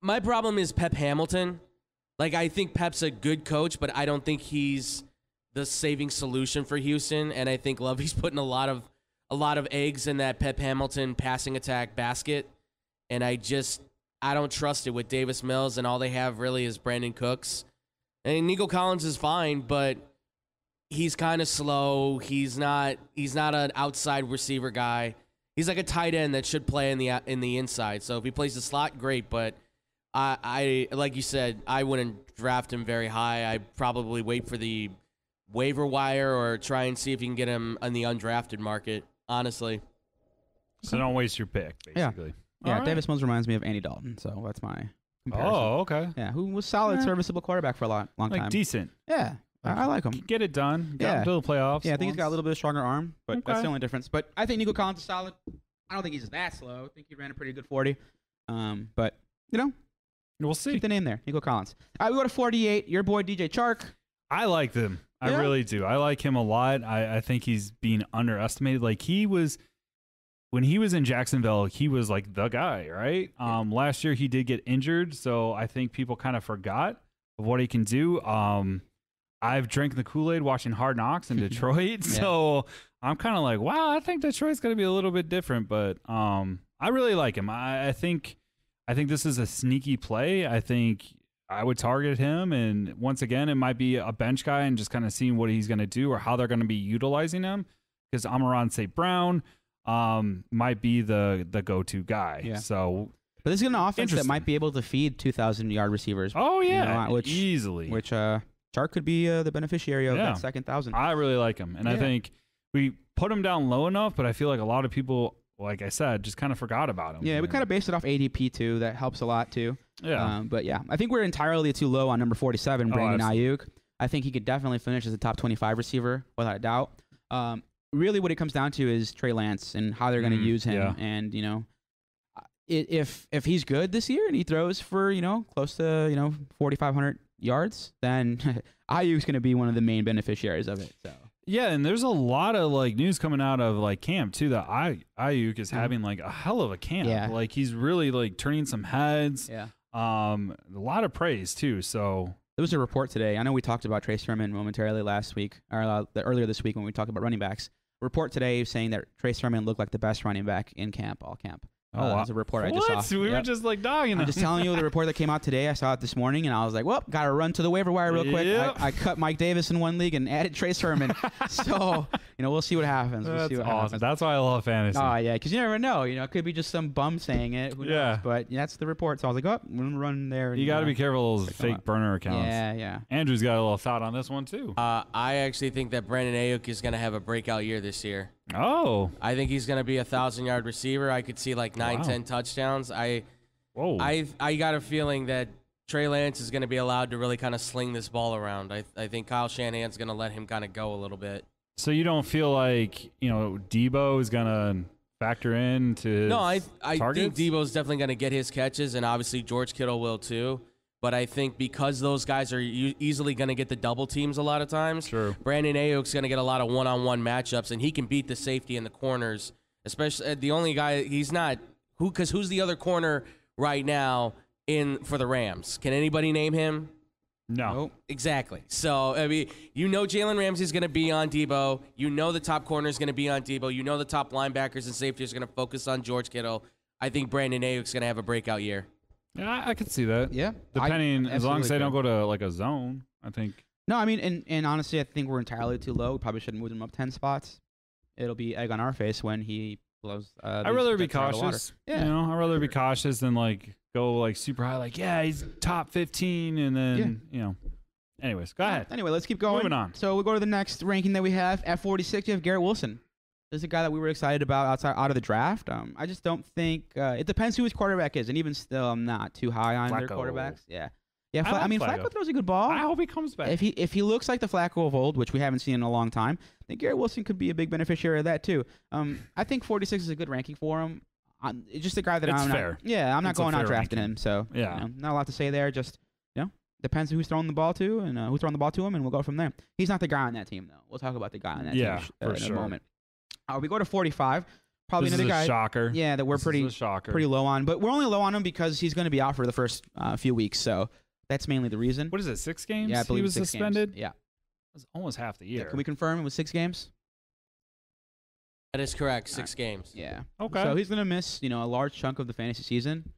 S3: my problem is Pep Hamilton. Like, I think Pep's a good coach, but I don't think he's the saving solution for Houston. And I think Lovey's putting a lot of, a lot of eggs in that Pep Hamilton passing attack basket. And I just, I don't trust it with Davis Mills, and all they have really is Brandon Cooks. And Nico Collins is fine, but he's kind of slow. He's not he's not an outside receiver guy. He's like a tight end that should play in the out- in the inside. So if he plays the slot, great. But I I like you said, I wouldn't draft him very high. I probably wait for the waiver wire or try and see if you can get him on the undrafted market. Honestly,
S2: So don't waste your pick.
S1: Yeah.
S2: Basically. All
S1: Yeah.
S2: right.
S1: Davis Mills reminds me of Andy Dalton. So that's my comparison.
S2: Oh, okay.
S1: Yeah. Who was solid,
S2: Yeah.
S1: serviceable quarterback for a long, long
S2: Like
S1: time.
S2: decent.
S1: yeah. I, I like him.
S2: Get it done. Got
S1: Yeah.
S2: into the playoffs.
S1: Yeah, I think he's got a
S2: once.
S1: little bit stronger arm, but that's
S2: Okay.
S1: the only difference. But I think Nico Collins is solid. I don't think he's that slow. I think he ran a pretty good 40. Um, but, you know,
S2: We'll see.
S1: keep the name there, Nico Collins. All right, we go to 48. Your boy, DJ Chark.
S2: I like them.
S1: Yeah?
S2: I really do. I like him a lot. I, I think he's being underestimated. Like he was when he was in Jacksonville, he was like the guy, right? Um last year he did get injured, so I think people kind of forgot of what he can do. Um I've drank the Kool-Aid watching Hard Knocks in Detroit. So I'm kind of like, wow, I think Detroit's going to be a little bit different, but um I really like him. I, I think I think this is a sneaky play. I think I would target him. And once again, it might be a bench guy and just kind of seeing what he's going to do or how they're going to be utilizing him because Amaron St. Brown um, might be the, the go to guy.
S1: Yeah.
S2: So,
S1: But this is an offense that
S2: Interesting.
S1: might be able to feed 2,000 yard receivers,
S2: oh, yeah,
S1: know, which-
S2: easily.
S1: which uh, Chark could be uh, the beneficiary of
S2: Yeah. Oh,
S1: that second thousand.
S2: I really like him. And I
S1: Yeah.
S2: think we put him down low enough, but I feel like a lot of people, like I said, just kind of forgot about him.
S1: Yeah, we kind of based it off ADP too. That helps a lot too.
S2: yeah.
S1: Um, but yeah, I think we're entirely too low on number 47,
S2: Oh,
S1: Brandon Ayuk. I think he could definitely finish as a top 25 receiver without a doubt. Um, really, what it comes down to is Trey Lance and how they're going to
S2: Mm,
S1: use him.
S2: yeah.
S1: And you know, i- if if he's good this year and he throws for you know close to you know 4,500 yards, then Ayuk's going to be one of the main beneficiaries of it. So
S2: yeah, and there's a lot of like news coming out of like camp too that I Ayuk is having like a hell of a camp.
S1: Mm-hmm. Yeah.
S2: Like he's really like turning some heads.
S1: yeah.
S2: Um, a lot of praise too. So
S1: There was a report today. I know we talked about Trey Sermon momentarily last week, or uh, the- earlier this week when we talked about running backs. Report today saying that Trey Sermon looked like the best running back in camp, all camp.
S2: oh,
S1: uh,
S2: wow.
S1: that was a report I
S2: what?
S1: just saw.
S2: We were
S1: Yep.
S2: just like dogging.
S1: I'm just
S2: them.
S1: telling you the report that came out today. I saw it this morning, and I was like, "Well, got to run to the waiver wire real quick."
S2: Yep.
S1: I, I cut Mike Davis in one league and added Trey Sermon. so you know, we'll see what happens. We'll
S2: That's
S1: see what
S2: awesome.
S1: happens.
S2: That's why I love fantasy.
S1: Oh yeah, because you never know. You know, it could be just some bum saying it. Who knows?
S2: Yeah.
S1: But that's the report. So I was like, "Oh, I'm gonna run there." and,
S2: you got to
S1: uh,
S2: be careful of those
S1: Check 'em
S2: fake
S1: out.
S2: burner accounts.
S1: Yeah, yeah.
S2: Andrew's got a little thought on this one too.
S3: Uh, I actually think that Brandon Ayuk is going to have a breakout year this year.
S2: Oh,
S3: I think he's going to be a thousand yard receiver. I could see like nine,
S2: Wow.
S3: ten touchdowns. I,
S2: whoa.
S3: I, I got a feeling that Trey Lance is going to be allowed to really kind of sling this ball around. I, I think Kyle Shanahan's going to let him kind of go a little bit.
S2: so you don't feel like you know Debo is gonna factor in to
S3: No, I, I think
S2: targets?
S3: Debo's definitely going to get his catches, and obviously George Kittle will too. But I think because those guys are u- easily going to get the double teams a lot of times,
S2: True.
S3: Brandon Ayuk's going to get a lot of one-on-one matchups, and he can beat the safety in the corners. Especially uh, the only guy he's not who because who's the other corner right now in for the Rams? Can anybody name him?
S2: no.
S1: Nope.
S3: Exactly. So I mean, you know Jalen Ramsey's going to be on Debo. You know the top corner is going to be on Debo. You know the top linebackers and safeties are going to focus on George Kittle. I think Brandon Ayuk's going to have a breakout year.
S2: Yeah, I, I could see that.
S1: Yeah, I
S2: Depending, as long as they
S1: absolutely
S2: don't go to like a zone, I think.
S1: No, I mean, and, and honestly, I think we're entirely too low. We probably should have moved him up 10 spots. It'll be egg on our face when he blows. Uh,
S2: I'd
S1: these
S2: rather be
S1: jets out of the water.
S2: cautious.
S1: Yeah.
S2: You know, I'd rather be cautious than like go like super high, like, yeah, he's top 15. And then, you know, anyways, go ahead.
S1: Anyway, let's keep going.
S2: Moving on.
S1: So we'll go to the next ranking that we have. At 46, you have Garrett Wilson. This is a guy that we were excited about outside out of the draft. Um, I just don't think uh, it depends who his quarterback is, and even still, I'm not too high on their
S2: Flacco.
S1: quarterbacks. Yeah, yeah.
S2: I
S1: Fla- I,
S2: like
S1: mean,
S2: Flacco.
S1: Flacco. throws a good ball.
S2: I hope he comes back.
S1: Oh. If he if he looks like the Flacco of old, which we haven't seen in a long time, then Garrett Wilson could be a big beneficiary of that too. Um, I think 46 is a good ranking for him. Um, it's just a guy that
S2: It's
S1: I'm
S2: fair.
S1: not. Yeah, I'm not
S2: It's a
S1: going out
S2: fair
S1: drafting
S2: ranking.
S1: him, so you
S2: Yeah.
S1: know, not a lot to say there. Just you know, depends who's throwing the ball to and uh, who's throwing the ball to him, and we'll go from there. He's not the guy on that team though. We'll talk about the guy on that
S2: Yeah,
S1: team
S2: for
S1: in
S2: sure.
S1: a moment. Uh, we go to 45. Probably
S2: this is a
S1: another guy.
S2: shocker.
S1: Yeah, that we're
S2: This is
S1: pretty
S2: a shocker.
S1: pretty low on, but we're only low on him because he's going to be out for the first uh, few weeks, so that's mainly the reason.
S2: What is it? Six games?
S1: yeah, I believe
S2: he was
S1: six games.
S2: suspended.
S1: Yeah.
S2: That's almost half the
S1: Yeah,
S2: year.
S1: can we confirm it was six games?
S3: That is correct. Six games.
S1: Yeah.
S2: okay.
S1: So he's gonna miss, you know, a large chunk of the fantasy season.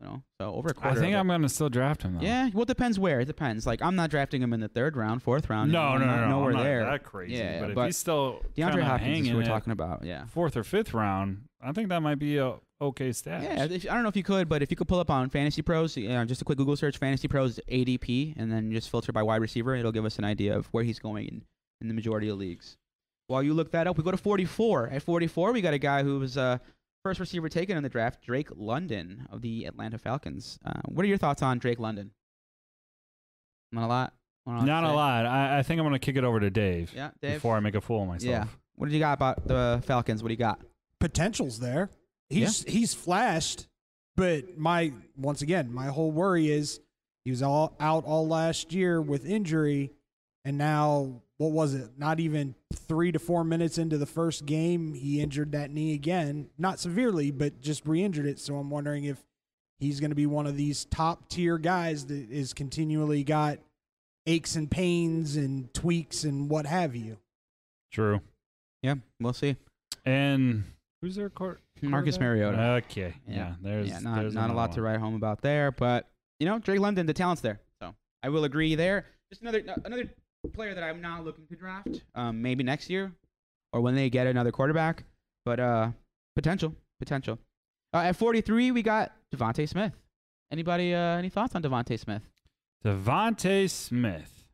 S1: You know, so over a quarter.
S2: I think
S1: of
S2: I'm
S1: it.
S2: going to still draft him, though.
S1: Yeah. Well, it depends where. It depends. Like, I'm not drafting him in the third round, fourth round.
S2: No,
S1: I'm
S2: no, no,
S1: not-
S2: no.
S1: Nowhere
S2: I'm not
S1: there.
S2: that crazy.
S1: Yeah,
S2: but, if
S1: but
S2: he's still
S1: DeAndre
S2: kinda
S1: Hopkins is
S2: hanging
S1: who we're
S2: at
S1: talking about. Yeah.
S2: fourth or fifth round, I think that might be a okay stat.
S1: Yeah, if, I don't know if you could, but if you could pull up on Fantasy Pros, you know, just a quick Google search, Fantasy Pros ADP, and then just filter by wide receiver, it'll give us an idea of where he's going in, in the majority of leagues. While you look that up, we go to 44. At 44, we got a guy who was uh, first receiver taken in the draft, Drake London of the Atlanta Falcons. Uh, what are your thoughts on Drake London? Not a lot. Not
S2: Not a lot. I, I think I'm going to kick it over to Dave,
S1: Yeah, Dave.
S2: before I make a fool of myself.
S1: yeah. What did you got about the Falcons? What do you got?
S4: potential's there. He's he's flashed, but my once again, my whole worry is he was all out all last year with injury, and now what was it? Not even three to four minutes into the first game, he injured that knee again. Not severely, but just re-injured it. So I'm wondering if he's going to be one of these top tier guys that is continually got aches and pains and tweaks and what have you.
S2: True.
S1: Yeah, we'll see.
S2: And who's their court?
S1: Marcus
S2: quarterback?
S1: Mariota.
S2: Okay.
S1: Yeah.
S2: Yeah. There's
S1: yeah, not,
S2: there's
S1: not a
S2: another
S1: lot to
S2: one.
S1: write home about there, but you know, Drake London, the talent's there, so I will agree there. Just another uh, another player that I'm not looking to draft. Um, maybe next year, or when they get another quarterback, but uh, potential, potential. Uh, at 43, we got Devonte Smith. Anybody, uh, any thoughts on Devonte Smith?
S2: Devontae Smith.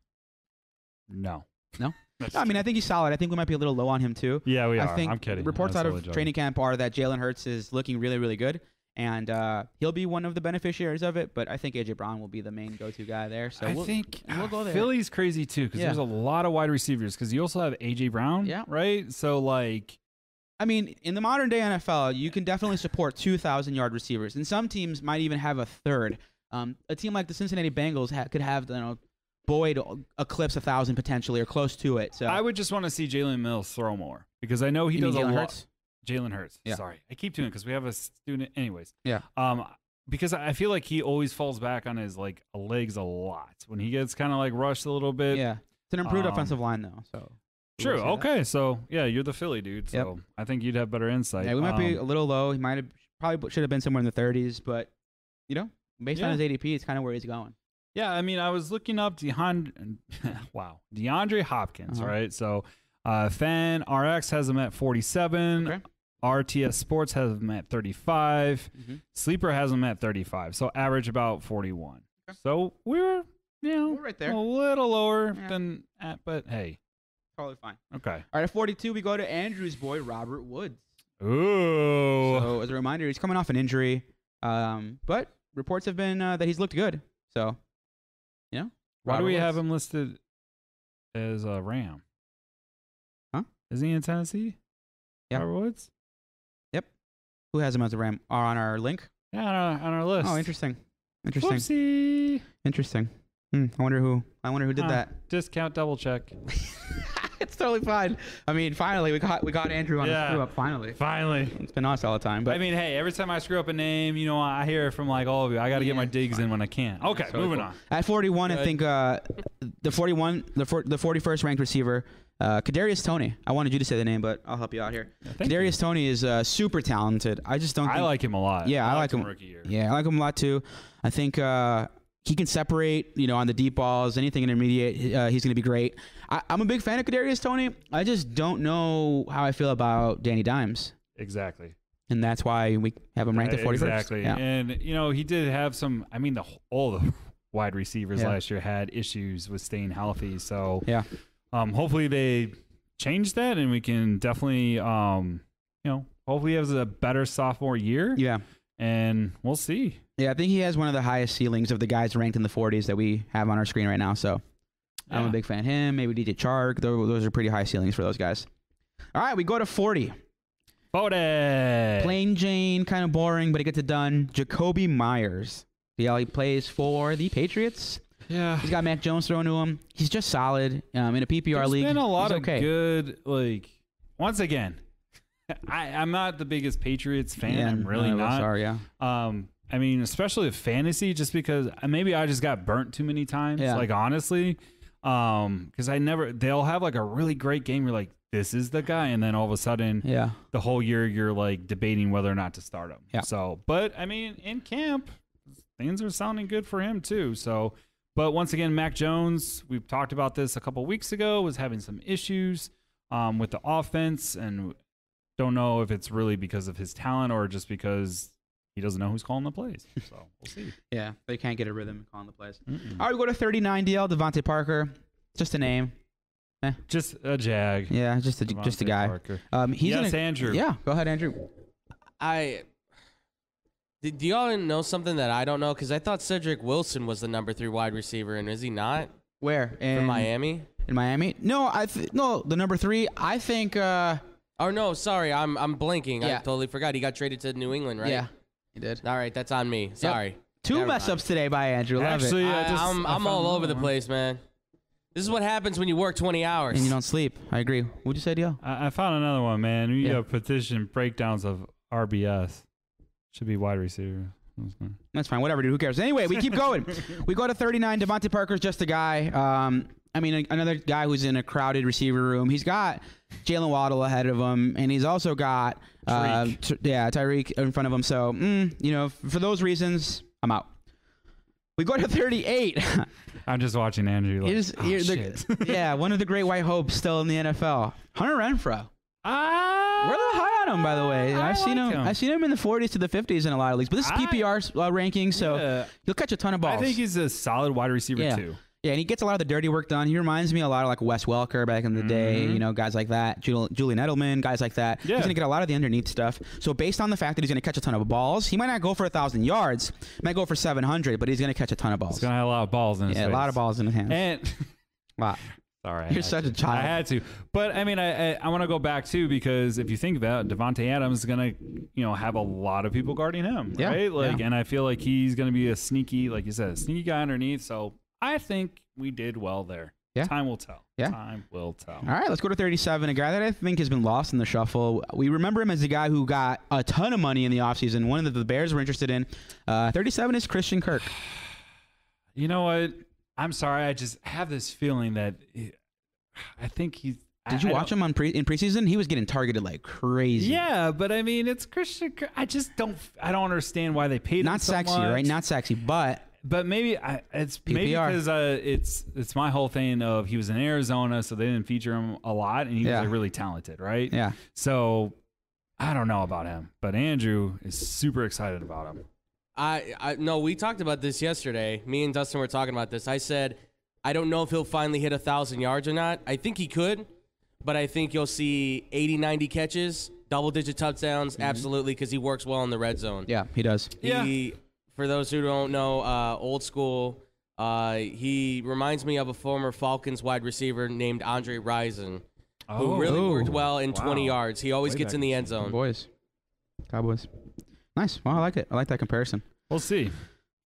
S2: No.
S1: No? No, I mean, I think he's solid. I think we might be a little low on him too.
S2: yeah, we
S1: I
S2: are.
S1: think
S2: I'm kidding.
S1: reports
S2: That's
S1: out
S2: totally
S1: of
S2: joking.
S1: training camp are that Jalen Hurts is looking really, really good, and uh, he'll be one of the beneficiaries of it. But I think AJ Brown will be the main go-to guy there. So
S2: I
S1: we'll-
S2: think
S1: we'll
S2: ah,
S1: go there.
S2: Philly's crazy too because
S1: Yeah.
S2: there's a lot of wide receivers because you also have AJ Brown,
S1: Yeah.
S2: right? So like,
S1: I mean, in the modern day NFL, you can definitely support 2,000 yard receivers, and some teams might even have a third. Um, a team like the Cincinnati Bengals ha- could have, you know, Boyd eclipse a thousand potentially or close to it. So
S2: I would just want to see Jalen Mills throw more because I know he
S1: You mean
S2: does a
S1: Jalen
S2: lot.
S1: Hurts?
S2: Jalen Hurts.
S1: Yeah.
S2: Sorry, I keep doing because we have a student. Anyways,
S1: Yeah.
S2: Um, because I I feel like he always falls back on his like legs a lot when he gets kind of like rushed a little bit.
S1: yeah, it's an improved
S2: um,
S1: offensive line though. So we'll
S2: True.
S1: see that.
S2: Okay. So yeah, you're the Philly dude. So I think you'd have better insight.
S1: Yeah, we might be a
S2: Um,
S1: little low. He might have probably should have been somewhere in the 30s, but you know, based on
S2: Yeah.
S1: his ADP, it's kind of where he's going.
S2: Yeah, I mean, I was looking up DeAndre. wow, DeAndre Hopkins.
S1: Uh-huh.
S2: Right. So, uh, Fan RX has him at 47.
S1: Okay.
S2: RTS Sports has him at 35.
S1: Mhm.
S2: Sleeper has him at 35. So average about 41.
S1: Okay.
S2: So we're you know
S1: We're right there.
S2: a little lower
S1: Yeah.
S2: than at, but hey,
S1: Probably fine.
S2: okay.
S1: All right, at 42, we go to Andrew's boy Robert Woods. Oh.
S2: Ooh.
S1: So as a reminder, he's coming off an injury, um, but reports have been uh, that he's looked good. So, you know,
S2: Why do
S1: Robert
S2: we have
S1: Woods.
S2: him listed as a Ram?
S1: Huh?
S2: Is he in Tennessee?
S1: Yeah.
S2: Robert Woods.
S1: Who has him as a Ram? Are on our link?
S2: Yeah, on our, on our list.
S1: Oh, interesting, interesting,
S2: Whoopsie.
S1: interesting. Hmm, I wonder who. I wonder who did
S2: Huh.
S1: that.
S2: Discount double check.
S1: it's totally fine. I mean, finally, we got we got Andrew on
S2: Yeah.
S1: a screw up. Finally,
S2: Finally.
S1: it's been us all the time, but.
S2: I mean, hey, every time I screw up a name, you know, I hear it from like all of you. I got to
S1: Yeah,
S2: get my
S1: it's
S2: digs in when I can. Okay,
S1: totally
S2: moving
S1: cool.
S2: on.
S1: At 41, I
S3: Good.
S1: think uh, the 41, the for, the 41st ranked receiver, uh, Kadarius Tony. I wanted you to say the name, but I'll help you out here.
S2: thank
S1: Kadarius Tony is uh, super talented. I just don't.
S2: I
S1: think,
S2: like him a lot.
S1: Yeah, I like
S2: liked
S1: him.
S2: Rookie year.
S1: Yeah, I like him a lot too. I think uh, he can separate. You know, on the deep balls, anything intermediate, uh, he's going to be great. I, I'm a big fan of Kadarius Tony. I just don't know how I feel about Danny Dimes,
S2: Exactly.
S1: and that's why we have him ranked at 41st.
S2: Exactly.
S1: Yeah.
S2: And, you know, he did have some, I mean, the wh- all the wide receivers
S1: Yeah.
S2: last year had issues with staying healthy. So,
S1: Yeah.
S2: um, hopefully they change that and we can definitely, um, you know, hopefully he has a better sophomore year
S1: Yeah.
S2: and we'll see.
S1: Yeah, I think he has one of the highest ceilings of the guys ranked in the 40s that we have on our screen right now. So I'm a
S2: Yeah.
S1: big fan of him. Maybe DJ Chark. Tho- Those are pretty high ceilings for those guys. All right, we go to 40.
S2: Bode.
S1: Plain Jane, kind of boring, but it gets it done. Jacoby Myers. Yeah, he plays for the Patriots.
S2: Yeah.
S1: He's got Mac Jones thrown to him. He's just solid um, in a PPR
S2: There's
S1: league.
S2: been a lot
S1: he's
S2: of
S1: okay.
S2: good like once again I, i'm not the biggest patriots fan i'm really
S1: uh,
S2: not
S1: Sorry, yeah.
S2: um i mean especially fantasy just because uh, maybe i just got burnt too many times
S1: Yeah.
S2: like honestly um because i never they'll have like a really great game you're like this is the guy and then all of a sudden
S1: Yeah.
S2: the whole year you're like debating whether or not to start him
S1: Yeah.
S2: so but i mean in camp things are sounding good for him too. So, but once again, Mac Jones, we've talked about this a couple weeks ago, was having some issues um, with the offense, and don't know if it's really because of his talent or just because he doesn't know who's calling the plays. So we'll see.
S1: Yeah. They can't get a rhythm calling the plays.
S2: Mm-mm.
S1: All right, we go to 39 DL, Devontae Parker. Just a name.
S2: Just a jag.
S1: Yeah, just a, just a
S2: Devontae
S1: guy.
S2: Parker.
S1: Um, he's
S2: yes,
S1: gonna,
S2: Andrew.
S1: Yeah, go ahead, Andrew.
S3: I did, do y'all know something that I don't know? Because I thought Cedric Wilson was the number three wide receiver, and is he not
S1: Where in
S3: from Miami?
S1: In Miami? No, I th- no the number three. I think. Uh,
S3: Oh no, sorry, I'm I'm blanking. I
S1: Yeah.
S3: totally forgot. He got traded to New England, right?
S1: Yeah, he did.
S3: All right, that's on me. Sorry.
S1: Two
S3: Never
S1: mess
S3: mind.
S1: ups today by Andrew. Love
S2: Actually,
S1: it.
S2: I just-
S3: I, am
S2: I
S3: I'm all
S2: found
S3: over the
S2: another one.
S3: place, man. This is what happens when you work 20 hours.
S1: And you don't sleep. I agree. What'd you say, DL?
S2: I, I found another one, man. We
S1: Yeah.
S2: have petition breakdowns of RBS. Should be wide receiver.
S1: That's fine. Whatever, dude. Who cares? Anyway, we keep going. we go to 39. Devontae Parker's just a guy. Um, I mean, a- another guy who's in a crowded receiver room. He's got Jalen Waddle ahead of him, and he's also got uh,
S2: Tyreek.
S1: Ty- yeah Tyreek in front of him. So, mm, you know, f- for those reasons, I'm out. We go to 38.
S2: I'm just watching Andrew. Like,
S1: Here's,
S2: oh,
S1: here- the-
S2: shit.
S1: yeah, one of the great white hopes still in the NFL, Hunter Renfro.
S2: Ah,
S1: We're a little high on him, by the way.
S2: I
S1: I've seen
S2: like
S1: him, I've seen him in the 40s to the 50s in a lot of leagues, but this is
S2: I-
S1: PPR 's, uh, ranking, so
S2: Yeah.
S1: you'll catch a ton of balls.
S2: I think he's a solid wide receiver
S1: Yeah.
S2: too.
S1: Yeah, and he gets a lot of the dirty work done. He reminds me a lot of like Wes Welker back in the day, you know, guys like that, Jul- Julian Edelman, guys like that.
S2: Mm-hmm. Yeah.
S1: He's gonna get a lot of the underneath stuff. So based on the fact that he's gonna catch a ton of balls, he might not go for a thousand yards, might go for seven hundred, but he's gonna catch a ton of balls.
S2: He's gonna have a lot of balls in his
S1: Yeah, a
S2: face.
S1: lot of balls in his hands.
S2: And
S1: Wow.
S2: sorry, I
S1: You're
S2: had
S1: such
S2: to.
S1: a child.
S2: I had to, but I mean, I I, I want to go back too because if you think about it, Devonte Adams is gonna you know have a lot of people guarding him,
S1: Yeah,
S2: right? Like,
S1: yeah.
S2: and I feel like he's gonna be a sneaky, like you said, a sneaky guy underneath. So I think we did well there.
S1: Yeah.
S2: Time will tell.
S1: Yeah.
S2: Time will tell.
S1: All right, let's go to 37, a guy that I think has been lost in the shuffle. We remember him as the guy who got a ton of money in the offseason, one that the Bears were interested in. Uh, 37 is Christian Kirk.
S2: You know what? I'm sorry. I just have this feeling that he- I think he's. I-
S1: Did you
S2: I
S1: watch
S2: don't-
S1: him on pre- in preseason? He was getting targeted like crazy.
S2: Yeah, but I mean, it's Christian. Kirk. I just don't. I don't understand why they paid him
S1: Not
S2: so
S1: sexy,
S2: much.
S1: right? Not sexy, but
S2: but maybe I, it's maybe
S1: PPR.
S2: because uh, it's it's my whole thing of he was in Arizona, so they didn't feature him a lot, and he
S1: Yeah.
S2: was like, really talented, right?
S1: yeah.
S2: So I don't know about him, but Andrew is super excited about him.
S3: I, I no, we talked about this yesterday. Me and Dustin were talking about this. I said, I don't know if he'll finally hit a thousand yards or not. I think he could, but I think you'll see 80, 90 catches, double digit touchdowns, absolutely, because he works well in the red zone.
S1: Yeah, he does.
S2: Mm-hmm. Yeah.
S3: He, for those who don't know, uh, old school. Uh, he reminds me of a former Falcons wide receiver named Andre Rison, who
S1: Oh,
S3: really worked well in 20
S2: Oh. wow.
S3: yards. He always
S2: Way
S3: gets
S2: back
S3: in the
S2: in
S3: end zone.
S1: Boys. Cowboys. Nice. Wow, I like it. I like that comparison.
S2: We'll see.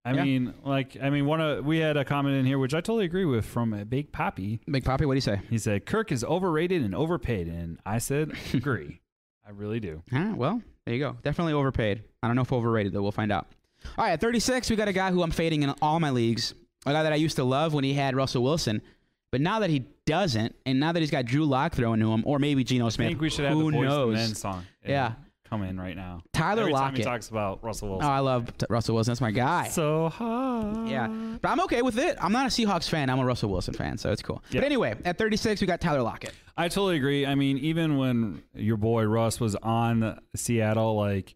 S2: I
S1: Yeah.
S2: mean, like, I mean, one of we had a comment in here which I totally agree with from uh, Big Poppy.
S1: Big Poppy, what do you say?
S2: He said Kirk is overrated and overpaid, and I said agree. I really do.
S1: Huh, well, there you go. Definitely overpaid. I don't know if overrated though. We'll find out. All right, at 36, we got a guy who I'm fading in all my leagues. A guy that I used to love when he had Russell Wilson, but now that he doesn't, and now that he's got Drew Lock thrown to him, or maybe Geno
S2: I
S1: Smith.
S2: think we should have
S1: who
S2: the Boys
S1: knows?
S2: knows? Men song.
S1: Yeah.
S2: come in right now.
S1: Tyler
S2: Every time he
S1: Lockett.
S2: talks about Russell
S1: Oh,
S2: Wilson.
S1: I love t- Russell Wilson. That's my guy.
S2: so hot.
S1: Yeah, but I'm okay with it. I'm not a Seahawks fan. I'm a Russell Wilson fan, so it's cool.
S2: Yeah.
S1: But anyway, at 36, we got Tyler Lockett.
S2: I totally agree. I mean, even when your boy Russ was on Seattle, like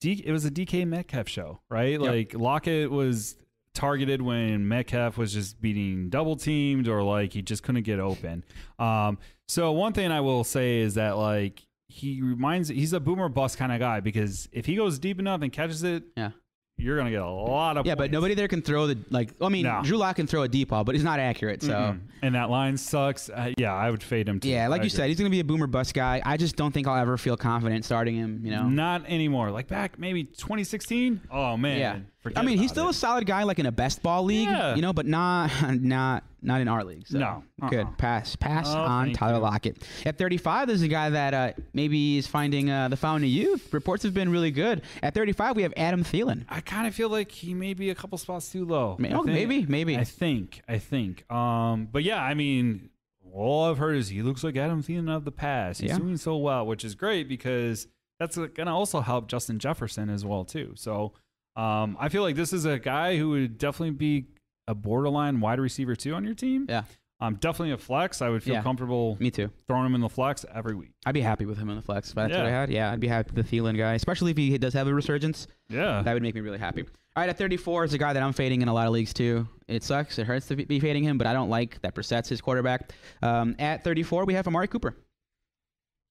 S2: D- it was a DK Metcalf show, right? Like Lockett was targeted when Metcalf was just beating double teamed or like he just couldn't get open. Um, so one thing I will say is that like he reminds he's a boomer bust kind of guy because if he goes deep enough and catches it,
S1: Yeah.
S2: you're gonna get a lot of
S1: Yeah, but
S2: points.
S1: nobody there can throw the like. I mean,
S2: No.
S1: Drew Lock can throw a deep ball, but he's not accurate. So.
S2: Mm. and that line sucks. Uh, yeah, I would fade him too.
S1: Yeah, like
S2: I
S1: you
S2: agree.
S1: said, he's gonna be a boomer bust guy. I just don't think I'll ever feel confident starting him. You know.
S2: Not anymore. Like back maybe 2016. Oh man.
S1: yeah.
S2: Forget
S1: I mean, he's
S2: about
S1: still a
S2: it.
S1: solid guy, like in a best ball league.
S2: Yeah.
S1: You know, but not not not in our league. So.
S2: No. Uh-uh.
S1: Good pass pass
S2: Oh,
S1: on
S2: thank
S1: Tyler
S2: you.
S1: Lockett. At 35, there's a guy that uh, maybe is finding uh, the fountain of youth. Reports have been really good. At 35, we have Adam Thielen.
S2: I kind of feel like he may be a couple spots too low.
S1: May-
S2: I
S1: oh, maybe, maybe.
S2: I think. I think. Um, but yeah, I mean, all I've heard is he looks like Adam Thielen of the past. He's
S1: Yeah.
S2: doing so well, which is great because that's going to also help Justin Jefferson as well too. So um, I feel like this is a guy who would definitely be a borderline wide receiver too on your team.
S1: Yeah.
S2: Um, definitely a flex. I would feel
S1: Yeah.
S2: comfortable
S1: Me too.
S2: throwing him in the flex every week.
S1: I'd be happy with him on the flex. But that's what I
S2: Yeah.
S1: had. Yeah, I'd be happy with the Thielen guy, especially if he does have a resurgence.
S2: Yeah.
S1: That would make me really happy. All right, at 34 is a guy that I'm fading in a lot of leagues too. It sucks. It hurts to be- be fading him, but I don't like that Brissett's his quarterback. Um, at 34, we have Amari Cooper.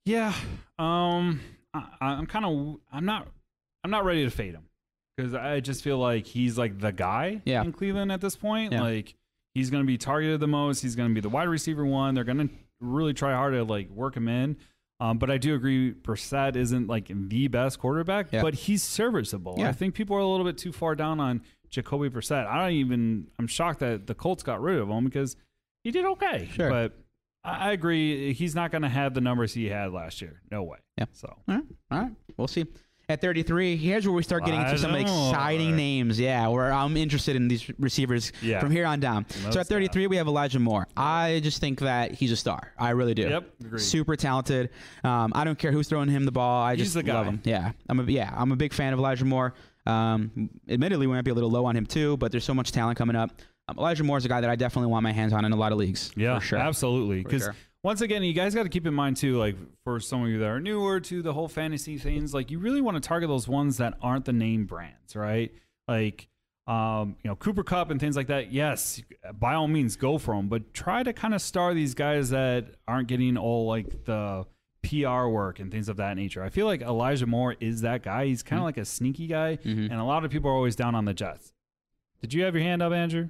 S2: Yeah. Um. I, I'm kind of. I'm not. I'm not ready to fade him because I just feel like he's like the guy
S1: Yeah.
S2: in Cleveland at this point.
S1: Yeah.
S2: Like he's going to be targeted the most. He's going to be the wide receiver one. They're going to really try hard to like work him in. Um, but I do agree, Brissett isn't like the best quarterback,
S1: Yeah.
S2: but he's serviceable.
S1: Yeah.
S2: I think people are a little bit too far down on Jacoby Brissett. I don't even. I'm shocked that the Colts got rid of him because he did okay.
S1: Sure.
S2: But I I agree. He's not going to have the numbers he had last year. No way.
S1: Yeah.
S2: So
S1: All right, all right, we'll see. At 33, here's where we start getting into
S2: Wide
S1: some exciting
S2: open.
S1: names. Yeah, where I'm interested in these receivers
S2: Yeah.
S1: from here on down.
S2: Love
S1: so at 33, we have Elijah Moore. I just think that he's a star. I really do.
S2: Yep, agreed.
S1: Super talented. Um, I don't care who's throwing him the ball. I
S2: He's
S1: just
S2: the guy.
S1: love him. Yeah, I'm a yeah, I'm a big fan of Elijah Moore. Um, admittedly, we might be a little low on him too, but there's so much talent coming up. Um, Elijah Moore is a guy that I definitely want my hands on in a lot of leagues.
S2: yeah,
S1: for sure.
S2: absolutely. Because
S1: sure.
S2: once again, you guys got to keep in mind too, like for some of you that are newer to the whole fantasy things, like you really want to target those ones that aren't the name brands, right? Like um, you know, Cooper Cup and things like that. Yes, by all means, go for them, but try to kind of star these guys that aren't getting all like the PR work and things of that nature. I feel like Elijah Moore is that guy. He's
S1: Mm-hmm.
S2: kind of like a sneaky guy,
S1: Mhm.
S2: and a lot of people are always down on the Jets. Did you have your hand up, Andrew?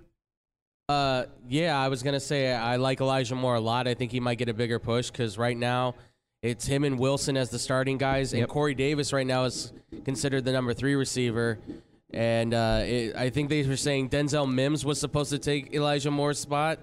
S3: Uh, yeah, I was gonna say I like Elijah Moore a lot. I think he might get a bigger push because right now it's him and Wilson as the starting guys, and Corey Davis right now is considered the number three receiver. And uh, it, I think they were saying Denzel Mims was supposed to take Elijah Moore's spot,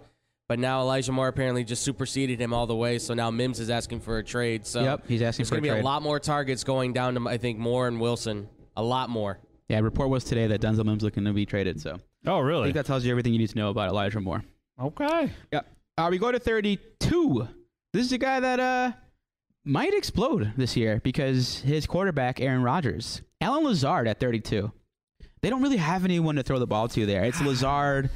S3: but now Elijah Moore apparently just superseded him all the way. So now Mims is asking for a trade. So
S1: Yep, he's asking
S3: there's
S1: for a
S3: gonna be
S1: trade.
S3: a lot more targets going down to I think Moore and Wilson, a lot more.
S1: Yeah, report was today that Denzel Mims looking to be traded. So
S2: Oh,
S1: I
S2: really?
S1: think that tells you everything you need to know about Elijah Moore.
S2: Okay.
S1: Yeah. Uh, we go to 32. This is a guy that uh, might explode this year because his quarterback, Aaron Rodgers, Alan Lazard at 32. They don't really have anyone to throw the ball to there. It's Lazard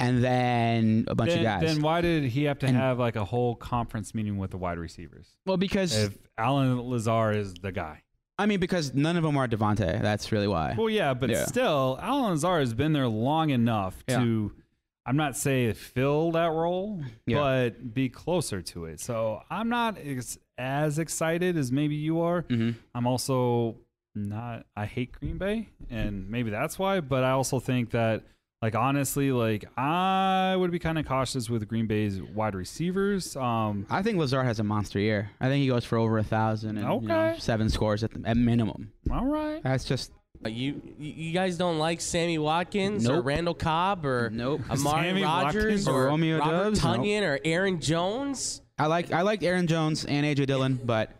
S1: and then a bunch
S2: Then,
S1: of guys.
S2: then why did he have to
S1: And-
S2: have like a whole conference meeting with the wide receivers?
S1: well, because
S2: If Alan Lazar is the guy.
S1: I mean, because none of them are Devontae. That's really why.
S2: Well, yeah, but
S1: Yeah.
S2: still, Alan Lazar has been there long enough
S1: Yeah.
S2: to, I'm not saying fill that role,
S1: Yeah.
S2: but be closer to it. So I'm not ex- as excited as maybe you are.
S1: Mhm.
S2: I'm also not, I hate Green Bay, and maybe that's why, but I also think that. Like honestly, like I would be kind of cautious with Green Bay's wide receivers. Um,
S1: I think Lazard has a monster year. I think he goes for over a thousand and you know,
S2: Okay.
S1: seven scores at, the, at minimum.
S2: all right,
S1: That's just
S3: Uh, You you you guys don't like Sammy Watkins or
S1: Nope.
S3: Randall Cobb or
S1: Nope.
S3: Amari
S2: Sammy
S3: Rogers
S2: Watkins?
S3: or
S1: Romeo
S3: Robert
S1: Doubs? Nope.
S3: Tunyon or Aaron Jones?
S1: I like I liked Aaron Jones and AJ Dillon, but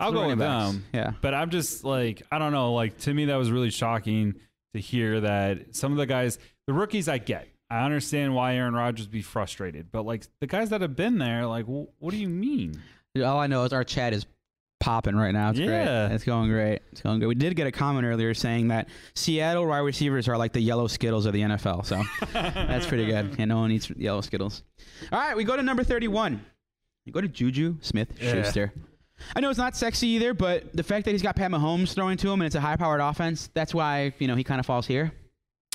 S2: I'll
S1: the
S2: go
S1: running
S2: with
S1: backs.
S2: them.
S1: Yeah.
S2: But I'm just like, I don't know. Like, to me, that was really shocking to hear that some of the guys, the rookies, I get. I understand why Aaron Rodgers be frustrated, but like the guys that have been there, like, wh- what do you mean?
S1: Dude, All I know is our chat is popping right now. It's
S2: Yeah.
S1: great. It's going great. It's going good. We did get a comment earlier saying that Seattle wide receivers are like the yellow Skittles of the NFL. So that's pretty good. Yeah, no one eats yellow Skittles. All right, we go to number 31. We go to Juju Smith Schuster. I know it's not sexy either, but the fact that he's got Pat Mahomes throwing to him and it's a high powered offense, that's why, you know, he kind of falls here.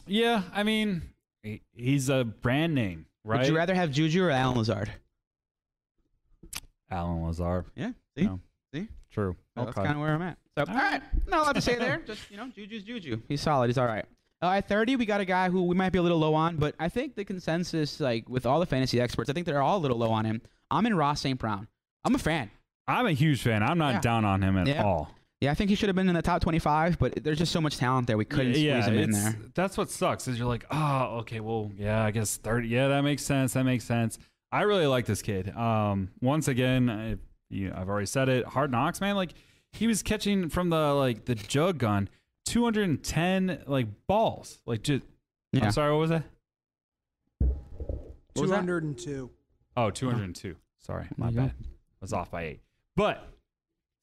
S2: Yeah, I mean, he- he's a brand name, right?
S1: Would you rather have Juju or Alan Lazard?
S2: Alan Lazar.
S1: Yeah. See?
S2: No.
S1: See?
S2: True.
S1: So That's
S2: okay.
S1: kind of where I'm at. So, all right. Not a lot to say there. Just, you know, Juju's Juju. He's solid. He's all right. Uh, at 30, we got a guy who we might be a little low on, but I think the consensus, like with all the fantasy experts, I think they're all a little low on him. I'm in Ross St. Brown. I'm a fan.
S2: I'm a huge fan. I'm not
S1: Yeah.
S2: down on him at
S1: Yeah.
S2: all.
S1: Yeah, I think he should have been in the top 25, but there's just so much talent there. We couldn't squeeze him in
S2: it's-
S1: there.
S2: That's what sucks is you're like, oh, okay, well, yeah, I guess thirty. Yeah, that makes sense. That makes sense. I really like this kid. Um, once again, I, you I've already said it. Hard knocks, man. Like he was catching from the like the jug gun, 210 like balls. Like just,
S1: Yeah.
S2: I'm sorry, what was that?
S1: What was that?
S4: 202.
S2: Oh, 202. Sorry, my
S1: you go.
S2: bad. I was off by eight. But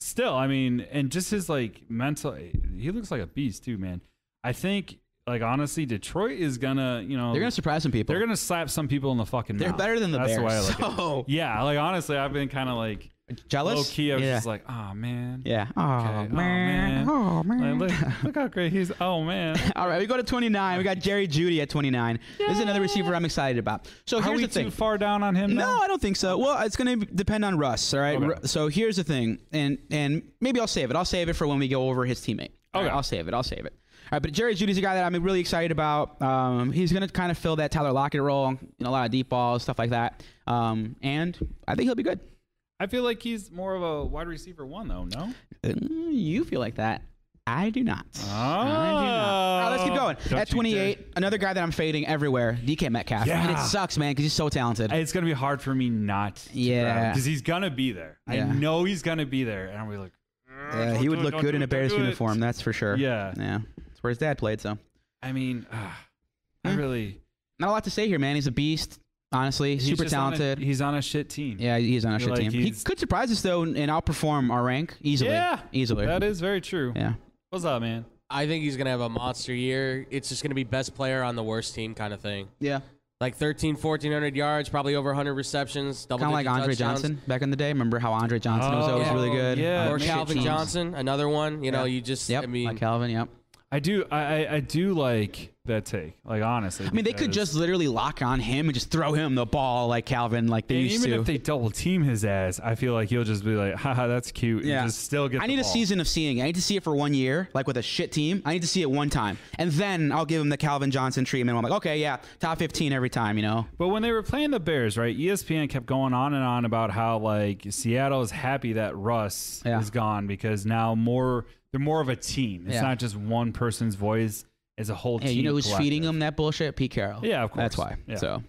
S2: still, I mean, and just his like mental, he looks like a beast too, man. I think, like, honestly, Detroit is gonna, you know,
S1: They're going to surprise some people.
S2: they're gonna slap some people in the fucking
S1: They're
S2: mouth.
S1: better than the
S2: That's
S1: Bears.
S2: the way I like it.
S1: so,
S2: Yeah, like, honestly, I've been kind of like
S1: jealous?
S2: low key. I was
S1: yeah.
S2: just like, oh, man.
S1: yeah. Oh,
S2: Okay. Oh,
S1: man.
S2: man.
S1: Oh, man.
S2: Like, look, look how great he's. Oh, man.
S1: All right, we go to 29. We got Jerry Judy at 29. This is another receiver I'm excited about. So
S2: Are
S1: here's
S2: we
S1: the thing.
S2: too far down on him?
S1: No,
S2: now?
S1: I don't think so. Well, it's going to depend on Russ. All right.
S2: Okay.
S1: Ru- So here's the thing, and and maybe I'll save it. I'll save it for when we go over his teammate. All right,
S2: Okay.
S1: I'll save it. I'll save it. All right, but Jerry Judy's a guy that I'm really excited about. Um, he's going to kind of fill that Tyler Lockett role, you know, a lot of deep balls, stuff like that. Um, and I think he'll be good.
S2: I feel like he's more of a wide receiver one, though, no?
S1: Mm, You feel like that? I do not. I do not. All right, let's keep
S2: Oh.
S1: going.
S2: Don't
S1: At
S2: you
S1: 28, another guy that I'm fading everywhere, DK Metcalf. And it
S2: Yeah.
S1: sucks, man, because he's so talented.
S2: It's gonna be hard for me not.
S1: Yeah.
S2: because he's gonna be there.
S1: Yeah.
S2: I know he's gonna be there, and I'm gonna be like,
S1: Yeah, he
S2: Don't
S1: would
S2: do it,
S1: look
S2: don't
S1: good
S2: do
S1: in
S2: it,
S1: a Bears
S2: don't do it.
S1: uniform, that's for sure.
S2: Yeah.
S1: Yeah. That's where his dad played, so.
S2: I mean, ah, I
S1: Hmm.
S2: really
S1: Not a lot to say here, man. He's a beast, honestly.
S2: he's
S1: Super
S2: just on a-
S1: talented.
S2: he's on a shit team.
S1: yeah, he's on our
S2: You're
S1: shit
S2: like,
S1: team. He
S2: he's-
S1: could surprise us, though, and and outperform our rank easily.
S2: Yeah.
S1: Easily.
S2: that is very true.
S1: yeah.
S2: What's up, man?
S3: I think he's gonna have a monster year. It's just gonna be best player on the worst team kind of thing.
S1: Yeah.
S3: Like 13, 1400 yards, probably over 100 receptions, double
S1: Kind of like Andre Johnson back in the day. Remember how Andre Johnson was always
S3: yeah.
S1: really good?
S2: Oh, Yeah.
S1: on
S3: or
S1: shit
S3: Calvin
S1: teams.
S3: Johnson, another one. You know,
S1: Yeah.
S3: you just
S1: Yep.
S3: I mean,
S1: like Calvin, yep.
S2: I do, I, I, I do like that take. Like honestly,
S1: I mean, they could
S2: because-
S1: just literally lock on him and just throw him the ball like Calvin, like they
S2: And
S1: used
S2: even
S1: to.
S2: if they double team his ass, I feel like he'll just be like, haha, that's cute.
S1: Yeah.
S2: And just still get
S1: I
S2: the
S1: need a
S2: ball.
S1: season of seeing. it. I need to see it for one year, like with a shit team. I need to see it one time, and then I'll give him the Calvin Johnson treatment. I'm like, okay, yeah, top 15 every time, you know.
S2: But when they were playing the Bears, right, E ESPN kept going on and on about how like Seattle is happy that Russ
S1: Yeah.
S2: is gone because now more they're more of a team. It's
S1: Yeah.
S2: not just one person's voice; it's a whole
S1: Hey,
S2: team.
S1: you know who's
S2: collective.
S1: feeding him that bullshit? Pete Carroll.
S2: Yeah, of course.
S1: That's why.
S2: Yeah.
S1: So,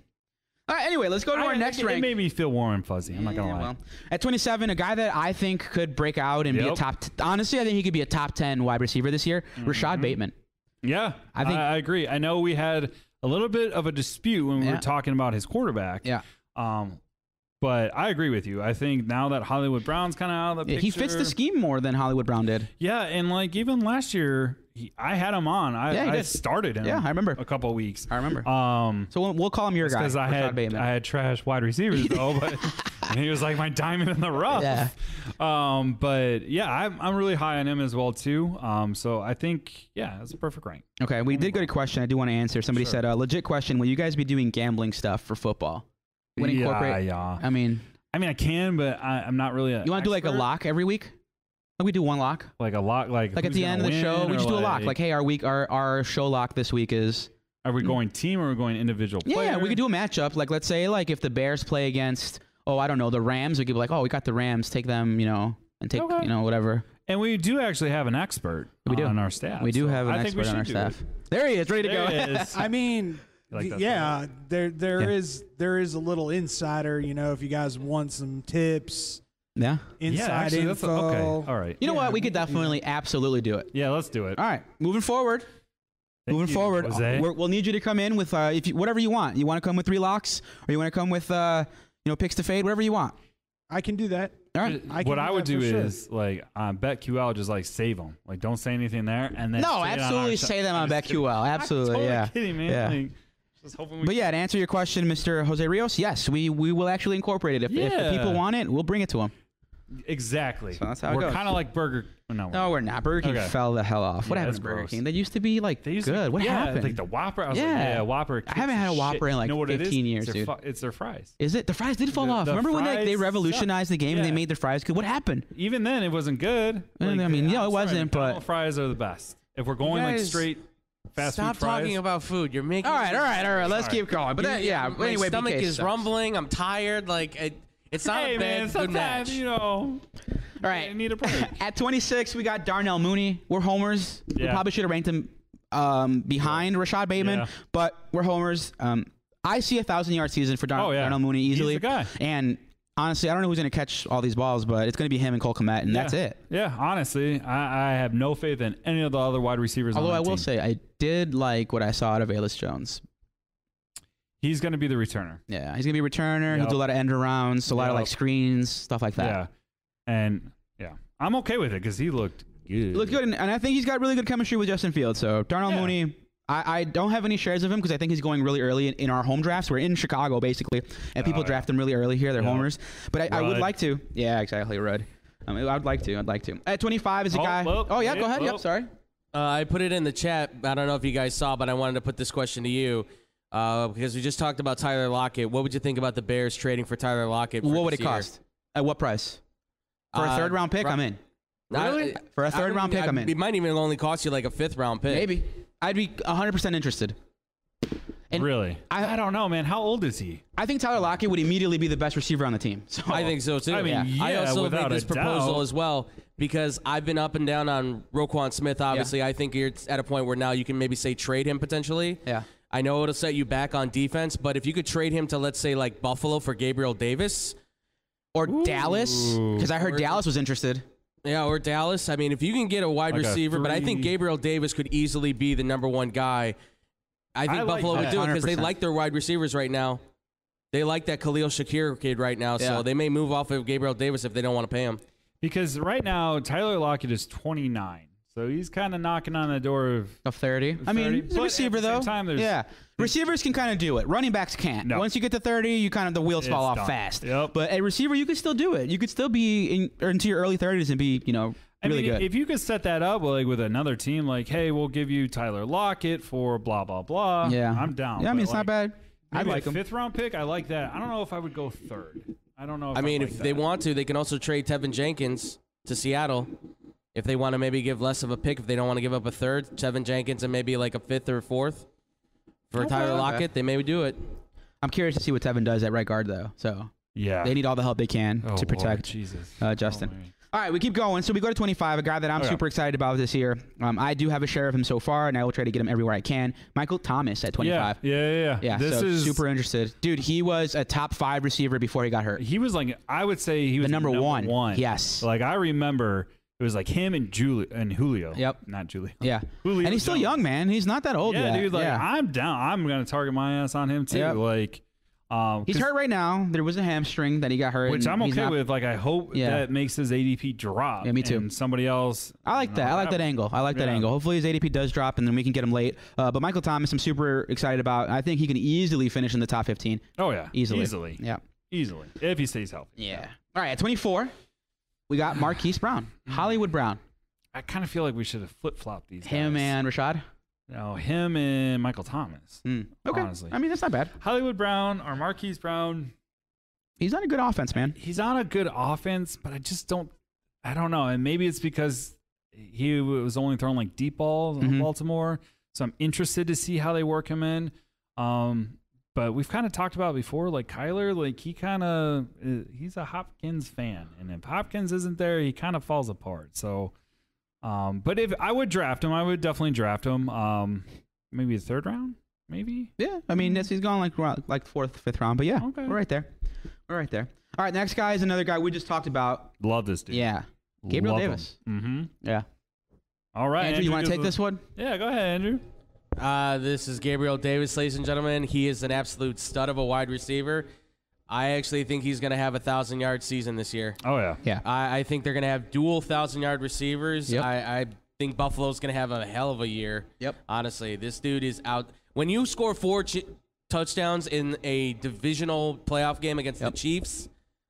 S1: all right. Anyway, let's go to
S2: I-
S1: our next
S2: it,
S1: rank.
S2: It made me feel warm and fuzzy. I'm not gonna
S1: Yeah,
S2: lie.
S1: well, at 27, a guy that I think could break out and be a
S2: Yep.
S1: top. T- honestly, I think he could be a top 10 wide receiver this year.
S2: Mm-hmm.
S1: Rashad Bateman.
S2: yeah,
S1: I
S2: I
S1: think-
S2: think I, agree. I know we had a little bit of a dispute when we
S1: Yeah.
S2: were talking about his quarterback.
S1: Yeah.
S2: Um, but I agree with you. I think now that Hollywood Brown's kind of out of the
S1: Yeah, he
S2: picture,
S1: fits the scheme more than Hollywood Brown did.
S2: Yeah, and like even last year, he, I had him on. I,
S1: Yeah, you
S2: I
S1: did.
S2: started him.
S1: Yeah, I remember.
S2: a couple weeks.
S1: I remember.
S2: Um,
S1: so we'll, we'll call him your guy.
S2: because I
S1: Rashad
S2: had
S1: Bateman.
S2: I had trash wide receivers though, but and he was like my diamond in the rough.
S1: Yeah.
S2: Um, but yeah, I'm I'm really high on him as well too. Um, so I think yeah, that's a perfect rank.
S1: okay, we did get a question I do want to answer. Somebody said, uh, legit question Will you guys be doing gambling stuff for football? Would
S2: yeah,
S1: incorporate-
S2: yeah.
S1: I mean,
S2: I mean, I can, but I, I'm not really. A
S1: you want to do like a
S2: expert.
S1: lock every week? Like we do one lock?
S2: like a lock, like
S1: Like at
S2: who's
S1: the
S2: gonna
S1: end of the
S2: win,
S1: show, we
S2: or
S1: just do a lock. Like, hey, our week, our, our show lock this week is.
S2: are we going team or are we going individual?
S1: Yeah,
S2: player?
S1: we could do a matchup. Like, let's say, like if the Bears play against, oh, I don't know, the Rams, we could be like, oh, we got the Rams, take them, you know, and take,
S2: Okay.
S1: you know, whatever.
S2: And we do actually have an expert
S1: We do.
S2: on our staff.
S1: we do
S2: so
S1: have an
S2: I think we
S1: expert on
S2: should
S1: our
S2: do
S1: staff.
S2: it.
S1: There he is, ready to
S2: There
S1: go.
S2: it is.
S4: I mean,
S2: like that
S4: yeah, there there is
S1: Yeah.
S4: there is a little insider. You know, if you guys want some tips,
S1: yeah.
S4: inside
S2: yeah, actually, that's
S4: info.
S2: a- okay. All right.
S1: You know
S4: Yeah,
S1: what? We
S4: we
S1: could
S4: can do
S1: definitely, absolutely do it.
S2: Yeah, let's do it.
S1: All right, moving forward.
S2: Thank
S1: moving
S2: you,
S1: forward,
S2: Jose.
S1: we're, we'll need you to come in with uh, if you, whatever you want. You want to come with three locks, or you want to come with uh, you know picks to fade, whatever you want.
S4: I can do that.
S1: All right.
S4: I can
S2: what I
S4: do
S2: would
S4: that
S2: do
S4: for sure.
S2: is like on BetQL, just like save them. Like don't say anything there, and then say it
S1: No,
S2: on our
S1: absolutely
S2: show.
S1: say them
S2: I'm
S1: on
S2: just kidding.
S1: BetQL.
S2: I'm
S1: Absolutely,
S2: totally
S1: yeah.
S2: Kidding, man.
S1: Yeah.
S2: Like, just hoping we.
S1: But yeah, to answer your question, Mr. Jose Rios, yes, we, we will actually incorporate it. If, if the
S2: Yeah.
S1: people want it, we'll bring it to them.
S2: exactly.
S1: So that's how it
S2: we're
S1: goes.
S2: kind of like Burger. No,
S1: No, Oh, we're not. Burger King
S2: Okay.
S1: fell the hell off. What
S2: Yeah,
S1: happened
S2: it's
S1: to Burger
S2: gross.
S1: King? They used to be like
S2: They used
S1: good.
S2: To,
S1: what
S2: yeah,
S1: happened?
S2: Like the Whopper. I was
S1: Yeah.
S2: like, yeah, Whopper.
S1: I haven't
S2: kicks
S1: had a
S2: shit.
S1: Whopper in, like,
S2: you know what it is?
S1: 15 years,
S2: It's
S1: dude.
S2: their, fu- it's their fries.
S1: Is it the fries did fall
S2: The-
S1: off?
S2: the
S1: Remember when like, they
S2: fries
S1: revolutionized the game and they
S2: Yeah.
S1: made their fries good? What happened?
S2: Even then, it wasn't good.
S1: I mean,
S2: I'm
S1: no, it
S2: sorry,
S1: wasn't, but-
S2: McDonald's fries are the best. If we're going like
S3: guys
S2: straight fast
S3: Stop
S2: food fries,
S3: talking about food. You're making.
S1: All right, all right, all right. Let's
S2: Sorry.
S1: keep going. But
S3: You-
S1: that, yeah.
S3: My
S1: anyway,
S3: stomach
S1: BK
S3: is
S1: sucks.
S3: rumbling. I'm tired. Like it, it's not
S2: hey
S3: a bad
S2: man,
S3: good match.
S2: sometimes you know,
S1: All
S2: I
S1: right.
S2: need a break.
S1: At 26, we got Darnell Mooney. We're homers. We
S2: Yeah.
S1: probably should have ranked him um, behind Rashad Bateman,
S2: Yeah.
S1: but we're homers. Um, I see a thousand yard season for Dar-
S2: Oh, yeah.
S1: Darnell Mooney
S2: He's
S1: easily.
S2: the guy.
S1: And honestly, I don't know who's going to catch all these balls, but it's going to be him and Cole Komet, and that's
S2: Yeah.
S1: it.
S2: Yeah, honestly, I, I have no faith in any of the other wide receivers.
S1: Although
S2: on
S1: I
S2: that
S1: will
S2: team.
S1: say, I did like what I saw out of Alice Jones.
S2: he's going to be the returner.
S1: Yeah, he's going to be a returner. He'll
S2: Yep.
S1: do a lot of end arounds, a lot of
S2: Yep.
S1: like screens, stuff like that.
S2: Yeah, and yeah, I'm okay with it because he looked good.
S1: Look good, and, and I think he's got really good chemistry with Justin Fields. So Darnell
S2: Yeah.
S1: Mooney, I, I don't have any shares of him because I think he's going really early in, in our home drafts. We're in Chicago basically, and people
S2: yeah.
S1: draft him really early here. They're
S2: Yeah.
S1: homers, but I, I would
S2: Rudd.
S1: like to. Yeah, exactly, Rudd. Um, I mean, I'd like to. I'd like to. At 25 is a
S2: Oh,
S1: guy.
S2: well,
S1: oh yeah, go
S2: wait,
S1: ahead.
S2: well.
S1: Yep, sorry.
S3: Uh, I put it in the chat. I don't know if you guys saw, but I wanted to put this question to you uh, because we just talked about Tyler Lockett. What would you think about the Bears trading for Tyler Lockett? For
S1: What would
S3: this
S1: it
S3: year?
S1: cost? At what price? For a
S3: Uh,
S1: third round pick,
S3: Ru-
S1: I'm in.
S3: I-
S1: Really? For a
S3: I
S1: third
S3: don't
S1: round
S3: even-
S1: pick, I'm
S3: I-
S1: in.
S3: It might even only cost you like a fifth round pick.
S1: Maybe. I'd be 100% interested. and-
S2: really?
S1: I-
S2: I, don't know, man. How old is he?
S1: I think Tyler Lockett would immediately be the best receiver on the team. So
S3: I think so too.
S2: I mean,
S3: I
S2: yeah,
S3: also made
S2: without
S3: this
S2: a
S3: proposal
S2: doubt.
S3: as well because I've been up and down on Roquan Smith. Obviously, I think you're at a point where now you can maybe say trade him potentially.
S1: Yeah.
S3: I know it'll set you back on defense, but if you could trade him to let's say like Buffalo for Gabriel Davis,
S1: Or Dallas, because I heard
S3: Or-
S1: Dallas was interested.
S3: yeah, or Dallas. I mean, if you can get a wide
S2: Like a
S3: receiver, but I think
S2: three-
S3: Gabriel Davis could easily be the number one guy. I think
S2: I like
S3: Buffalo would
S2: that.
S3: do it because they
S1: 100%.
S3: like their wide receivers right now. They like that Khalil Shakir kid right now,
S1: Yeah.
S3: so they may move off of Gabriel Davis if they don't want to pay him.
S2: Because right now Tyler Lockett is 29, so he's kind of knocking on the door of.
S1: Of 30. I
S2: 30,
S1: mean, he's
S2: but
S1: a
S2: at
S1: receiver,
S2: the same
S1: though.
S2: time, there's-
S1: yeah. Receivers can kind of do it. Running backs can't.
S2: No.
S1: Once you get to 30, you kind of, the wheels fall off
S2: It's done.
S1: fast.
S2: Yep.
S1: But a receiver, you could still do it. You could still be in, or into your early 30s and be, you know,
S2: I
S1: Really
S2: mean,
S1: good.
S2: If you could set that up like with another team, like, hey, we'll give you Tyler Lockett for blah blah blah.
S1: Yeah,
S2: I'm down.
S1: Yeah, I
S2: But,
S1: mean it's
S2: like,
S1: not bad. I
S2: maybe a
S1: like him.
S2: Fifth round pick, I like that. I don't know if I would go third. I don't know. If
S3: I mean,
S2: like
S3: if they
S2: that.
S3: want to, they can also trade Tevin Jenkins to Seattle. If they want to maybe give less of a pick, if they don't want to give up a third, Tevin Jenkins and maybe like a fifth or fourth for Tyler
S1: Okay.
S3: Lockett, they maybe do it.
S1: I'm curious to see what Tevin does at right guard though. So
S2: yeah,
S1: they need all the help they can
S2: Oh,
S1: to
S2: Lord,
S1: protect
S2: Jesus,
S1: uh, Justin.
S2: Oh, man. Oh,
S1: All right, we keep going. So we go to 25, a guy that I'm
S2: Okay.
S1: super excited about this year. Um, I do have a share of him so far, and I will try to get him everywhere I can. Michael Thomas at 25.
S2: Yeah, yeah, yeah.
S1: Yeah,
S2: this
S1: so
S2: is
S1: super interested. Dude, he was a top five receiver before he got hurt.
S2: He was like, I would say he was
S1: The number, one.
S2: One.
S1: Yes.
S2: Like I remember, it was like him and Julio and Julio.
S1: Yep.
S2: Not Julio.
S1: yeah.
S2: Julio
S1: and he's still
S2: Jones.
S1: young, man. He's not that old
S2: Yeah,
S1: yet.
S2: dude. Like
S1: yeah.
S2: I'm down. I'm gonna target my ass on him too.
S1: Yep.
S2: Like, um,
S1: He's
S2: 'cause-
S1: hurt right now. There was a hamstring that he got hurt.
S2: which
S1: and
S2: I'm
S1: he's
S2: okay
S1: not-
S2: with. Like I hope
S1: Yeah.
S2: that makes his ADP drop.
S1: Yeah, me too.
S2: And somebody else.
S1: I like that. I like that angle. I like that
S2: Yeah.
S1: angle. Hopefully his ADP does drop, and then we can get him late. Uh, but Michael Thomas, I'm super excited about. I think he can easily finish in the top 15.
S2: Oh yeah,
S1: Easily.
S2: easily,
S1: Yeah.
S2: easily. If he stays healthy.
S1: Yeah. All right, at 24, we got Marquise Brown,
S2: Mm.
S1: Hollywood Brown,
S2: I kind of feel like we should have flip flopped these.
S1: him
S2: guys.
S1: and Rashad.
S2: no, him and Michael Thomas.
S1: Hmm. Okay.
S2: Honestly.
S1: I mean, that's not bad.
S2: Hollywood Brown or Marquise Brown.
S1: He's not a good offense, man.
S2: he's on a good offense, but I just don't. I don't know, and maybe it's because he was only throwing like deep balls in
S1: Mhm.
S2: Baltimore. So I'm interested to see how they work him in. Um, but we've kind of talked about before, like Kyler, like he kind of he's a Hopkins fan, and if Hopkins isn't there, he kind of falls apart. So, um, but if I would draft him, I would definitely draft him. Um, maybe a third round, maybe.
S1: Yeah. I mean, that's, he's gone like ro- like fourth, fifth round, but yeah,
S2: Okay.
S1: we're right there. We're right there. All right, next guy is another guy we just talked about.
S2: Love this dude.
S1: Yeah. Gabriel Davis.
S2: Mm-hmm.
S1: Yeah.
S2: All right,
S1: Andrew, you want to take this one?
S2: Yeah, go ahead, Andrew.
S3: Uh, this is Gabriel Davis, ladies and gentlemen. He is an absolute stud of a wide receiver. I actually think he's going to have a thousand yard season this year.
S2: Oh yeah.
S1: Yeah.
S3: I, I think they're going to have dual thousand yard receivers.
S1: Yep.
S3: I, I think Buffalo's going to have a hell of a year.
S1: Yep.
S3: Honestly, this dude is out. When you score four ch- touchdowns in a divisional playoff game against
S1: Yep.
S3: the Chiefs,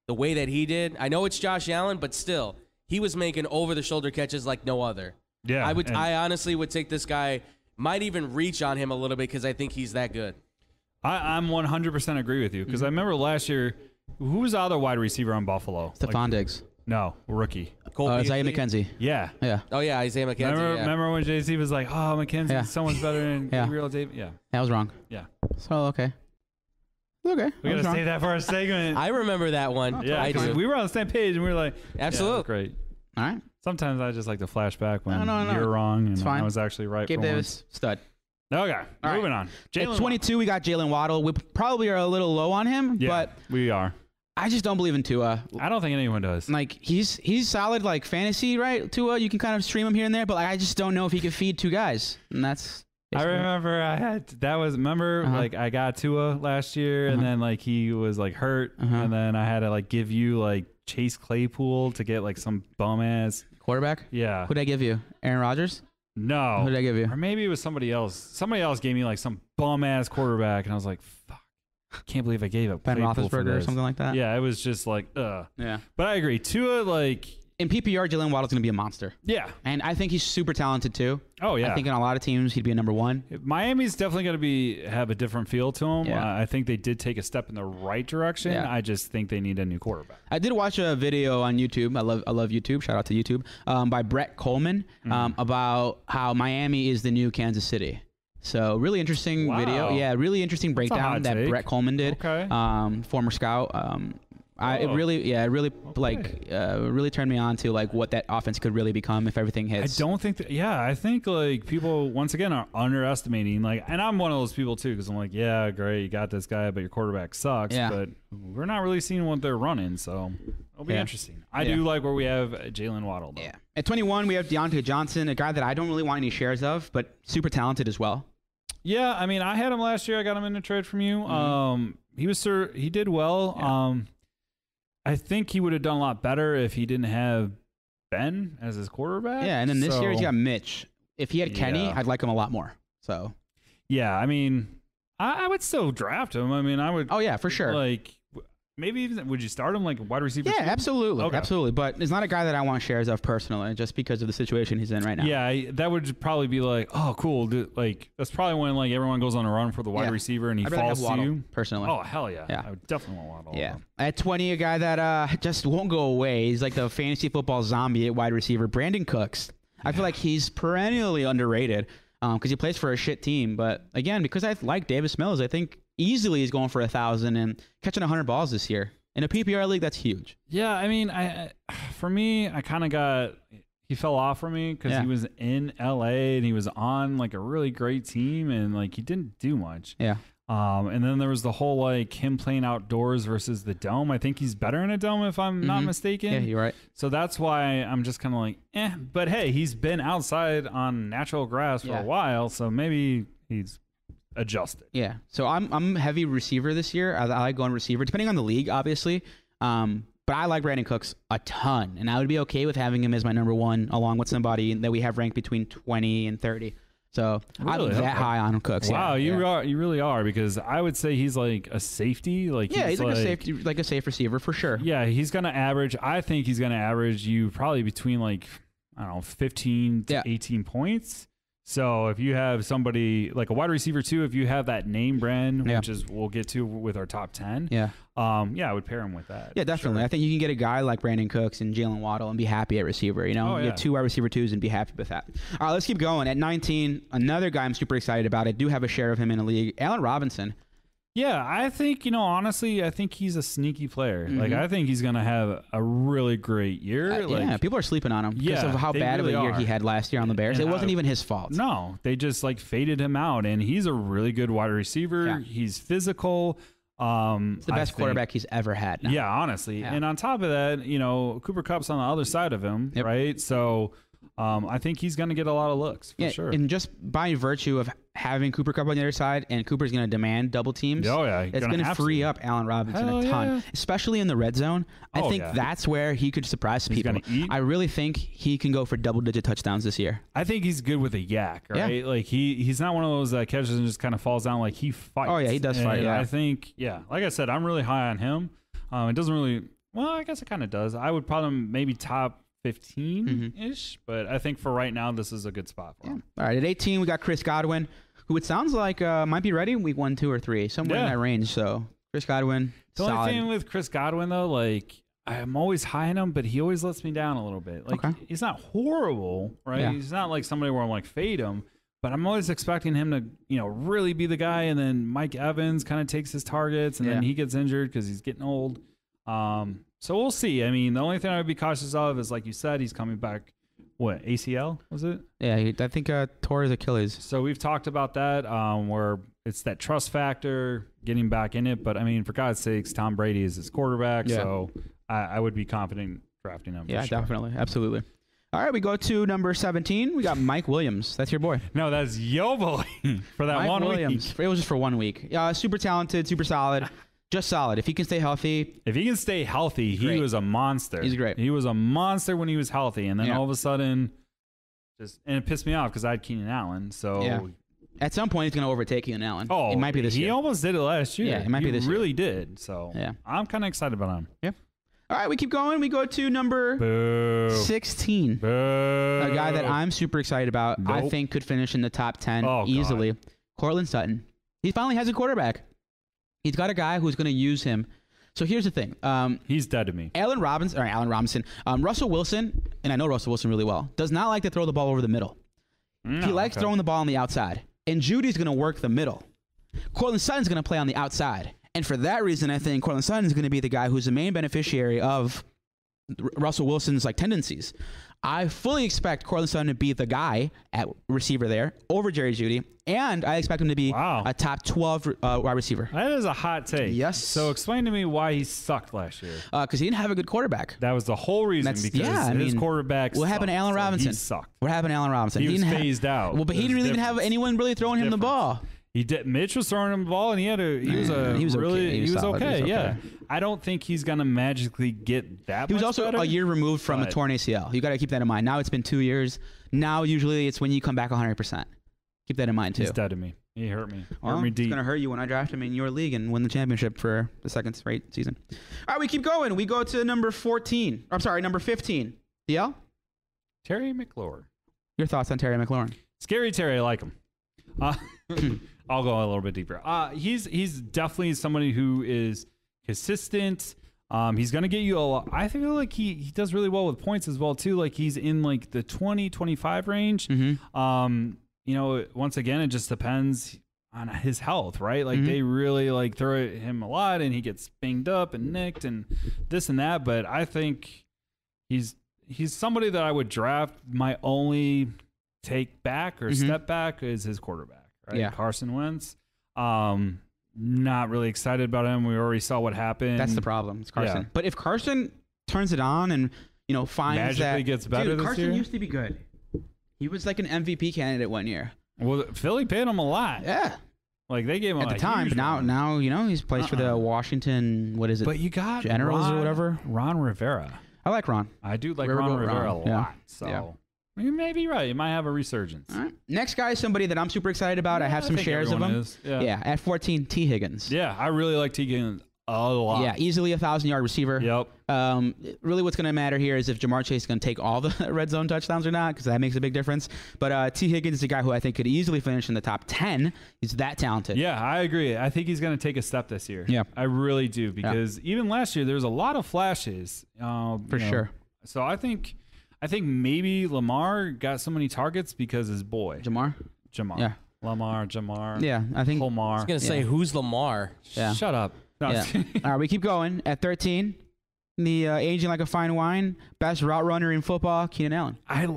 S3: the way that he did, I know it's Josh Allen, but still, he was making over the shoulder catches like no other.
S2: Yeah,
S3: I would.
S2: and-
S3: I honestly would take this guy. Might even reach on him a little bit because I think he's that good.
S2: I, I'm 100% agree with you because
S3: Mm-hmm.
S2: I remember last year, who was the other wide receiver on Buffalo?
S1: Stephon
S2: Like,
S1: Diggs.
S2: no, rookie.
S3: Cole
S1: Uh, Zaire
S3: Beasley.
S1: McKenzie.
S2: Yeah.
S1: Yeah.
S3: Oh yeah, Isaiah McKenzie.
S2: remember,
S3: yeah.
S2: remember when JC was like, oh, McKenzie,
S1: Yeah.
S2: someone's better than
S1: Yeah.
S2: Gabriel Davis? Yeah.
S1: That was wrong.
S2: Yeah.
S1: So, okay. Okay. that
S2: We got to
S1: was wrong.
S2: say that for our segment.
S3: I remember that one.
S2: Oh, yeah.
S3: I
S2: 'cause
S3: do.
S2: We were on the same page and we were like, yeah,
S3: Absolute.
S2: great.
S1: All right.
S2: Sometimes I just like to flashback when
S1: No, no, no.
S2: you're wrong and
S1: It's fine.
S2: I was actually right.
S1: Gabe
S2: for
S1: Davis, stud.
S2: Once. Okay.
S1: right.
S2: Moving on. Jalen
S1: At 22, we got Jalen Waddle. We probably are a little low on him,
S2: Yeah,
S1: but
S2: we are.
S1: I just don't believe in Tua.
S2: I don't think anyone does.
S1: Like he's he's solid, like fantasy, right? Tua, you can kind of stream him here and there, but like, I just don't know if he could feed two guys, and that's.
S2: I remember I had that was remember
S1: Uh-huh.
S2: like I got Tua last year and
S1: Uh-huh.
S2: then like he was like hurt
S1: Uh-huh.
S2: and then I had to like give you like Chase Claypool to get like some bum ass
S1: quarterback.
S2: yeah
S1: Who did I give you? Aaron Rodgers.
S2: no
S1: Who did I give you?
S2: or maybe it was somebody else somebody else gave me like some bum ass quarterback and I was like fuck can't believe I gave up
S1: Ben
S2: Claypool for
S1: Roethlisberger or
S2: this.
S1: something like that.
S2: yeah it was just like uh
S1: Yeah.
S2: but I agree Tua like
S1: In PPR, Jalen Waddle's gonna be a monster,
S2: yeah
S1: and I think he's super talented too.
S2: oh yeah
S1: I think in a lot of teams he'd be a number one.
S2: Miami's definitely going to be have a different feel to them.
S1: Yeah.
S2: I think they did take a step in the right direction.
S1: Yeah.
S2: I just think they need a new quarterback.
S1: I did watch a video on YouTube. I love I love YouTube. Shout out to YouTube um, by Brett Coleman
S2: Mm.
S1: um, about how Miami is the new Kansas City. So really interesting
S2: Wow.
S1: video. Yeah, really interesting
S2: a hot
S1: breakdown that
S2: take.
S1: Brett Coleman did.
S2: Okay.
S1: Um, former scout. Um, I it
S2: Oh.
S1: really yeah it really like uh, really turned me on to like what that offense could really become if everything
S2: I
S1: hits.
S2: don't think that. Yeah, I think like people once again are underestimating. Like, and I'm one of those people too because I'm like, yeah, great, you got this guy, but your quarterback sucks.
S1: Yeah.
S2: But we're not really seeing what they're running, so it'll be
S1: Yeah.
S2: interesting. I
S1: Yeah.
S2: do like where we have uh, Jalen Waddle. Though.
S1: Yeah. At 21, we have Deontay Johnson, a guy that I don't really want any shares of, but super talented as well.
S2: Yeah, I mean, I had him last year. I got him in a trade from
S1: Mm-hmm.
S2: you. Um, he was sir. He did well. Um, I think he would have done a lot better if he didn't have Ben as his quarterback.
S1: Yeah, and then this year he's
S2: So-
S1: got Mitch. If he had Kenny,
S2: Yeah.
S1: I'd like him a lot more. So
S2: Yeah, I mean, I, I would still draft him. I mean, I would.
S1: oh yeah, for sure.
S2: Like, Maybe even would you start him like wide receiver?
S1: Yeah,
S2: two?
S1: absolutely,
S2: Okay.
S1: absolutely. But it's not a guy that I want shares of personally, just because of the situation he's in right now.
S2: Yeah, I, that would probably be like, oh, cool. Dude, like that's probably when like everyone goes on a run for the wide
S1: Yeah.
S2: receiver and he
S1: I'd rather have
S2: falls to
S1: Waddle
S2: you.
S1: personally.
S2: Oh hell yeah.
S1: Yeah.
S2: I would definitely want Waddle.
S1: Yeah. At 20, a guy that uh, just won't go away. He's like the fantasy football zombie at wide receiver, Brandon Cooks. I feel like he's perennially underrated because he plays for a shit team. But again, because I like Davis Mills, I think easily he's going for a thousand and catching 100 balls this year. In a PPR league, that's huge.
S2: Yeah, I mean, I I- for me, I kind of got he fell off for me because
S1: Yeah.
S2: he was in L.A. and he was on like a really great team and like he didn't do much.
S1: Yeah.
S2: Um, and then there was the whole like him playing outdoors versus the dome. I think he's better in a dome if I'm not
S1: Mhm.
S2: mistaken.
S1: Yeah, you're right.
S2: So that's why I'm just kind of like, eh. But hey, he's been outside on natural grass for
S1: Yeah.
S2: a while, so maybe he's adjusted.
S1: Yeah. So I'm I'm heavy receiver this year. I, I like going receiver, depending on the league, obviously. Um, but I like Brandon Cooks a ton, and I would be okay with having him as my number one, along with somebody that we have ranked between 20 and 30. So I'm
S2: Really?
S1: that
S2: Okay.
S1: high on Cooks.
S2: Wow,
S1: yeah,
S2: you
S1: yeah.
S2: are you really are because I would say he's like a safety. Like
S1: Yeah, he's like, a safe like a safe receiver for sure.
S2: Yeah, he's gonna average. I think he's gonna average you probably between like I don't know, fifteen to
S1: Yeah.
S2: eighteen points. So if you have somebody like a wide receiver too, if you have that name brand,
S1: Yeah.
S2: which is we'll get to with our top ten,
S1: Yeah.
S2: um, yeah, I would pair him with that.
S1: Yeah, definitely. I think you can get a guy like Brandon Cooks and Jalen Waddle and be happy at receiver. You know,
S2: Oh,
S1: you
S2: yeah.
S1: get two wide receiver twos and be happy with that. All right, let's keep going. At 19, another guy I'm super excited about. I do have a share of him in a league. Allen Robinson.
S2: Yeah, I think you know honestly, I think he's a sneaky player. Like I think he's gonna have a really great year.
S1: Mm-hmm. Uh,
S2: like,
S1: yeah, people are sleeping on him because
S2: Yeah,
S1: of how
S2: they
S1: bad of
S2: really
S1: a year
S2: are.
S1: he had last year on the Bears.
S2: And
S1: it wasn't
S2: I-
S1: even his fault.
S2: No, they just like faded him out, and he's a really good wide receiver.
S1: Yeah.
S2: He's physical. Um,
S1: it's the
S2: I
S1: best
S2: think-
S1: quarterback he's ever had. Now.
S2: Yeah, honestly.
S1: Yeah.
S2: And on top of that, you know, Cooper Cup's on the other side of him,
S1: Yep.
S2: right? So um, I think he's going to get a lot of looks for
S1: Yeah,
S2: sure.
S1: and just by virtue of having Cooper Cup on the other side, and Cooper's going to demand double teams.
S2: Oh, yeah,
S1: it's
S2: gonna
S1: going to
S2: have
S1: free
S2: to.
S1: up Allen Robinson
S2: Hell
S1: a ton,
S2: yeah.
S1: especially in the red zone. I
S2: Oh,
S1: think
S2: yeah.
S1: that's where he could surprise people.
S2: gonna eat.
S1: I really think he can go for double-digit touchdowns this year.
S2: I think he's good with a yak,
S1: Yeah.
S2: right? Like he he's not one of those uh, that catches and just kind of falls down. Like he fights.
S1: Oh, yeah, he does fight,
S2: And
S1: yeah.
S2: I think yeah. Like I said, I'm really high on him. Um, it doesn't really. Well, I guess it kind of does. I would probably maybe top
S1: Mm-hmm.
S2: 15 ish, but I think for right now this is a good spot for him.
S1: All right, at 18 we got Chris Godwin, who it sounds like uh, might be ready in week one, two, or three, somewhere in
S2: Yeah.
S1: that range. So Chris Godwin,
S2: The
S1: solid.
S2: only thing with Chris Godwin though, like I'm always high on him, but he always lets me down a little bit. Like
S1: Okay.
S2: he's not horrible, right?
S1: Yeah.
S2: He's not like somebody where I'm like fade him, but I'm always expecting him to, you know, really be the guy. And then Mike Evans kind of takes his targets, and then
S1: Yeah.
S2: he gets injured because he's getting old. Um, so we'll see. I mean, the only thing I would be cautious of is, like you said, he's coming back. What ACL was it?
S1: yeah, he- I think uh, tore his Achilles.
S2: So we've talked about that, um, where it's that trust factor, getting back in it. But I mean, for God's sakes, Tom Brady is his quarterback,
S1: Yeah.
S2: so I, I would be confident drafting him. for
S1: Yeah,
S2: sure.
S1: definitely. Absolutely. All right, we go to number 17. We got Mike Williams. That's your boy.
S2: No, that's yo boy for that
S1: Mike
S2: one
S1: Williams.
S2: week.
S1: It was just for one week. Yeah, super talented, super solid. Just solid. If he can stay healthy,
S2: If he can stay healthy, he
S1: Great.
S2: was a monster.
S1: He's great.
S2: He was a monster when he was healthy, and then
S1: Yeah.
S2: all of a sudden, just and it pissed me off because I had Keenan Allen. So
S1: Yeah. at some point he's going to overtake Keenan Allen.
S2: oh,
S1: it might be this
S2: He
S1: year.
S2: almost did it last year.
S1: Yeah, it might
S2: He
S1: be this year.
S2: Really did. So
S1: Yeah.
S2: I'm kind of excited about him.
S1: All right, we keep going. We go to number
S2: Boo.
S1: 16.
S2: Boo.
S1: A guy that I'm super excited about. I
S2: Nope.
S1: think could finish in the top 10
S2: Oh, God.
S1: easily. Cortland Sutton. He finally has a quarterback. He's got a guy who's going to use him. So here's the thing. Um,
S2: He's dead to me.
S1: Allen Robinson, or Allen Robinson, um, Russell Wilson, and I know Russell Wilson really well, does not like to throw the ball over the middle.
S2: No,
S1: he likes
S2: Mm, okay.
S1: throwing the ball on the outside. And Judy's going to work the middle. Cortland Sutton's going to play on the outside. And for that reason, I think Cortland Sutton is going to be the guy who's the main beneficiary of R- Russell Wilson's like tendencies. I fully expect Cortland Sutton to be the guy at receiver there over Jerry Judy, and I expect him to be
S2: Wow.
S1: a top 12 uh, wide receiver
S2: That is a hot take.
S1: Yes.
S2: So explain to me why he sucked last year.
S1: because uh, he didn't have a good quarterback.
S2: That was the whole reason
S1: That's-
S2: because
S1: yeah, I
S2: his
S1: mean,
S2: quarterback.
S1: What happened to
S2: sucked.
S1: Allen
S2: So
S1: Robinson?
S2: He sucked.
S1: What happened to Allen Robinson?
S2: He was
S1: didn't ha-
S2: phased out.
S1: Well, but he
S2: There's
S1: didn't really even have
S2: difference.
S1: anyone really throwing him the
S2: Difference.
S1: ball.
S2: He did. Mitch was throwing him the ball, and he had a. He was a.
S1: Yeah, he was
S2: really.
S1: okay. He was solid. He
S2: okay.
S1: was
S2: Yeah.
S1: okay.
S2: I don't think he's gonna magically get that.
S1: He was
S2: much
S1: also
S2: better.
S1: a year removed from the
S2: but-
S1: torn ACL. You got to keep that in mind. Now it's been two years. Now usually it's when you come back 100. percent Keep that in mind too.
S2: He's dead to me. He hurt me. Hurt
S1: Well,
S2: me
S1: it's
S2: deep.
S1: going to hurt you when I draft him in your league and win the championship for the second straight season. All right, we keep going. We go to number 14. I'm sorry, number 15. DL,
S2: Terry McLaurin.
S1: your thoughts on Terry McLaurin?
S2: Scary Terry, I like him. Uh, I'll go a little bit deeper. Uh, he's he's definitely somebody who is consistent. Um, he's gonna get you a lot. I feel like he he does really well with points as well too. Like he's in like the 20, 25 range. Um, you know, once again, it just depends on his health, right?
S1: Mm-hmm.
S2: Like they really like throw at him a lot, and he gets banged up and nicked and this and that. But I think he's he's somebody that I would draft. My only take back or step back is his quarterback, right?
S1: Mm-hmm. Yeah.
S2: Carson Wentz. Um, not really excited about him. We already saw what happened.
S1: That's the problem. It's Carson.
S2: Yeah.
S1: But if Carson turns it on and you know finds
S2: Magically
S1: that
S2: gets better
S1: dude,
S2: this
S1: Carson
S2: year?
S1: used to be good. He was like an MVP candidate one year.
S2: Well, Philly paid him a lot.
S1: Yeah,
S2: Like they gave him
S1: at
S2: a
S1: the time.
S2: Oh, huge
S1: But now,
S2: one.
S1: now you know he's plays for the
S2: Uh-uh.
S1: Washington. What is it?
S2: But you got
S1: Generals or
S2: Ron-
S1: whatever?
S2: Ron Rivera.
S1: I like Ron.
S2: I do like
S1: Riverboat
S2: Ron Rivera a
S1: Ron,
S2: lot.
S1: yeah.
S2: So
S1: Yeah.
S2: you may be right. You might have a resurgence.
S1: All right. Next guy is somebody that I'm super excited about. I have some
S2: think
S1: shares of
S2: everyone
S1: him.
S2: is. Yeah.
S1: Yeah.
S2: yeah.
S1: at 14, T Higgins.
S2: I really like T. Higgins a lot.
S1: Yeah, easily a thousand yard receiver.
S2: Yep.
S1: Um, really, what's going to matter here is if Jamar Chase is going to take all the red zone touchdowns or not, because that makes a big difference. But uh, T. Higgins is a guy who I think could easily finish in the top 10. He's that talented.
S2: Yeah, I agree. I think he's going to take a step this year.
S1: Yeah.
S2: I really do because even last year there was a lot of flashes. Um,
S1: For
S2: you know.
S1: sure.
S2: So I think, I think maybe Lamar got so many targets because his boy
S1: Jamar?
S2: Jamar.
S1: Yeah.
S2: Lamar, Jamar.
S1: Yeah, I think.
S2: Lamar.
S3: I was gonna say, who's Lamar?
S1: Yeah.
S2: Shut up. No,
S1: Yeah. all right, we keep going. At 13, the uh, aging like a fine wine, best route runner in football, Keenan Allen.
S2: I,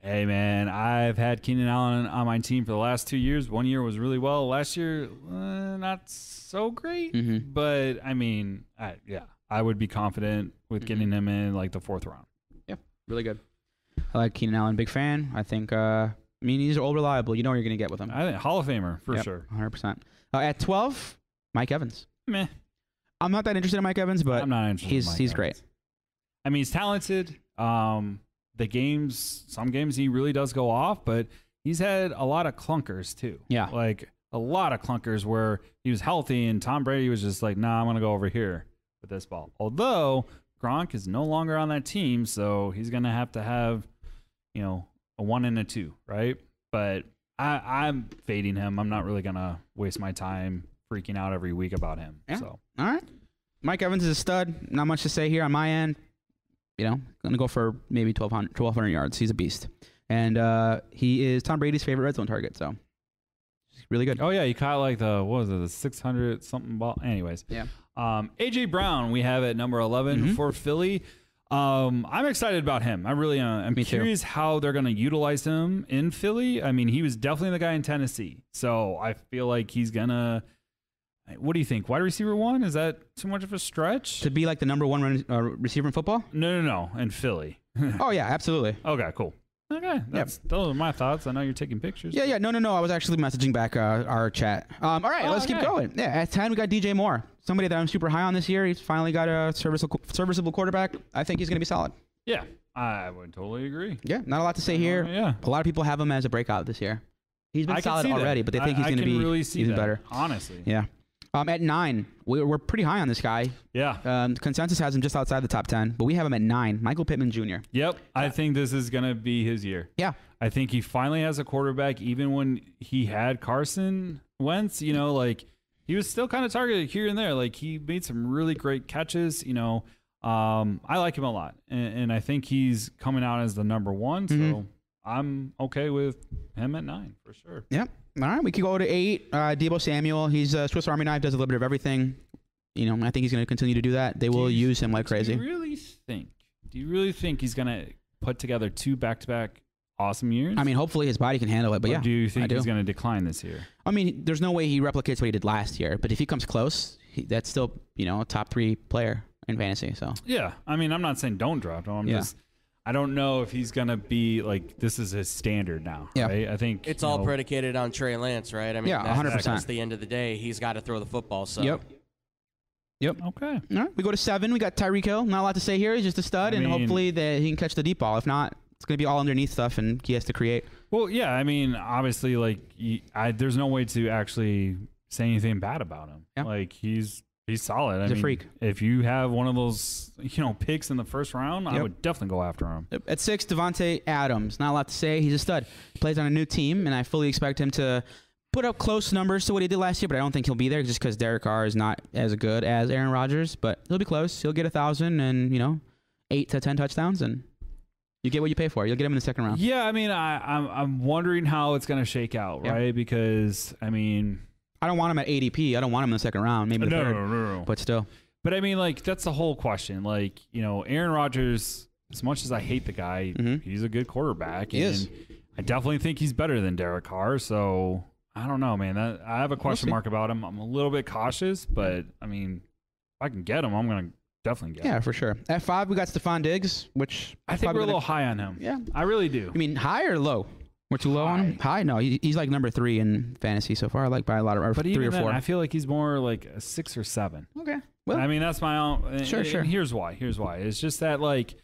S2: hey man, I've had Keenan Allen on my team for the last two years. One year was really well. Last year, uh, not so great.
S1: Mhm.
S2: But I mean, I, yeah, I would be confident with getting him in like the fourth round.
S1: Really good. I like Keenan Allen. Big fan. I think, uh, I mean, these are all reliable. You know what you're going to get with them.
S2: I think Hall of Famer for
S1: Yep,
S2: sure.
S1: 100%. Uh, at 12, Mike Evans.
S2: Meh,
S1: I'm not that interested in Mike Evans, but
S2: I'm not interested. in
S1: he's-
S2: Mike
S1: he's
S2: Evans.
S1: great.
S2: I mean, he's talented. Um, the games, some games he really does go off, but he's had a lot of clunkers too.
S1: Yeah.
S2: like a lot of clunkers where he was healthy and Tom Brady was just like, "Nah, I'm gonna go over here with this ball." Although Gronk is no longer on that team, so he's gonna have to have, you know, a one and a two, right? But I, I'm fading him. I'm not really gonna waste my time freaking out every week about him.
S1: Yeah.
S2: So
S1: All right. Mike Evans is a stud. Not much to say here on my end. You know, going to go for maybe 1,200, 1,200 yards. He's a beast. And uh, he is Tom Brady's favorite red zone target. So, he's really good.
S2: Oh yeah, he caught like the what was it, the six hundred something ball. Anyways,
S1: Yeah.
S2: Um, AJ Brown, we have at number 11
S1: Mhm.
S2: for Philly. Um, I'm excited about him. I really am. I'm
S1: Me too.
S2: curious how they're going to utilize him in Philly. I mean, he was definitely the guy in Tennessee, so I feel like he's gonna. What do you think? Wide receiver one? Is that too much of a stretch?
S1: To be like the number one run, uh, receiver in football?
S2: no, no, no. In Philly.
S1: Oh, yeah, absolutely.
S2: okay, cool. Okay, that's those are my thoughts. I know you're taking pictures.
S1: Yeah, yeah. No, no, no. I was actually messaging back uh, our chat. Um, all right,
S2: Oh,
S1: let's keep
S2: okay.
S1: going. Yeah, at 10, we got DJ Moore, somebody that I'm super high on this year. He's finally got a serviceable, serviceable quarterback. I think he's going to be solid.
S2: yeah. I would totally agree.
S1: Yeah, not a lot to say here.
S2: Yeah.
S1: A lot of people have him as a breakout this year. He's been
S2: I can
S1: solid
S2: see that.
S1: already, but they
S2: I-
S1: think he's
S2: I
S1: going to be
S2: can really see
S1: even
S2: that,
S1: better.
S2: Honestly, yeah,
S1: Yeah. Um, at nine, we, we're pretty high on this guy. Um, consensus has him just outside the top 10, but we have him at nine. Michael Pittman Jr.
S2: yep. I think this is gonna be his year.
S1: Yeah.
S2: I think he finally has a quarterback. Even when he had Carson Wentz, you know, like he was still kind of targeted here and there. Like he made some really great catches. You know, um, I like him a lot, and, and I think he's coming out as the number one. So
S1: Mhm.
S2: I'm okay with him at nine for sure.
S1: Yep. All right. We could go to eight. Uh, Debo Samuel. He's a Swiss Army knife, does a little bit of everything. You know, I think he's going to continue to do that. They will
S2: Do you-
S1: use him like
S2: Do
S1: crazy.
S2: you really think? Do you really think he's gonna put together two back-to-back awesome years?
S1: I mean, hopefully his body can handle it, but
S2: Or
S1: yeah.
S2: do you think
S1: I do.
S2: he's going to decline this year?
S1: I mean, there's no way he replicates what he did last year, but if he comes close, he, that's still, you know, a top three player in fantasy. So,
S2: Yeah, I mean, I'm not saying don't draft him. I'm
S1: Yeah.
S2: just, I don't know if he's going to be like this is his standard now.
S1: Yeah.
S2: right? I think
S3: It's
S2: you
S3: all
S2: know,
S3: predicated on Trey Lance, right? I mean,
S1: Yeah,
S3: that-
S1: 100%.
S3: That's the end of the day. He's got to throw the football. So
S1: yep.
S2: Okay,
S1: All right, we go to seven. We got Tyreek Hill. Not a lot to say here. He's just a stud,
S2: I
S1: and
S2: mean-
S1: hopefully that he can catch the deep ball. If not, It's going to be all underneath stuff, and he has to create.
S2: Well, yeah, I mean, obviously, like, y I there's no way to actually say anything bad about him.
S1: Yeah.
S2: Like, he's he's solid. I
S1: He's a
S2: mean,
S1: freak.
S2: If you have one of those, you know, picks in the first round, I
S1: Yep.
S2: would definitely go after him.
S1: At six, Devonte Adams. Not a lot to say. He's a stud. Plays on a new team, and I fully expect him to put up close numbers to what he did last year. But I don't think he'll be there just because Derek Carr is not as good as Aaron Rodgers. But he'll be close. He'll get a thousand and you know eight to ten touchdowns, and you get what you pay for. You'll get him in the second round.
S2: Yeah, I mean, I, I'm I'm wondering how it's gonna shake out,
S1: Yeah.
S2: right? Because I mean,
S1: I don't want him at ADP. I don't want him in the second round. Maybe the third.
S2: no,
S1: But still,
S2: But I mean, like, that's the whole question. Like, you know, Aaron Rodgers, as much as I hate the guy,
S1: Mhm.
S2: he's a good quarterback.
S1: He is.
S2: I definitely think he's better than Derek Carr. So I don't know, man. That, I have a question
S1: see.
S2: mark about him. I'm a little bit cautious, but I mean, if I can get him, I'm going to definitely get
S1: yeah.
S2: him.
S1: for sure. At five, we got Stephon Diggs, which
S2: I think
S1: probably
S2: we're
S1: the-
S2: a little high on him.
S1: yeah.
S2: I really do.
S1: I mean, high or low? We're too low on him. High? No, he, he's like number three in fantasy so far. I like by a lot of or
S2: But even
S1: three or
S2: then,
S1: four.
S2: I feel like he's more like a six or seven.
S1: okay. Well,
S2: I mean, that's my own.
S1: Sure,
S2: and-
S1: sure.
S2: and Here's why. Here's why. It's just that, like,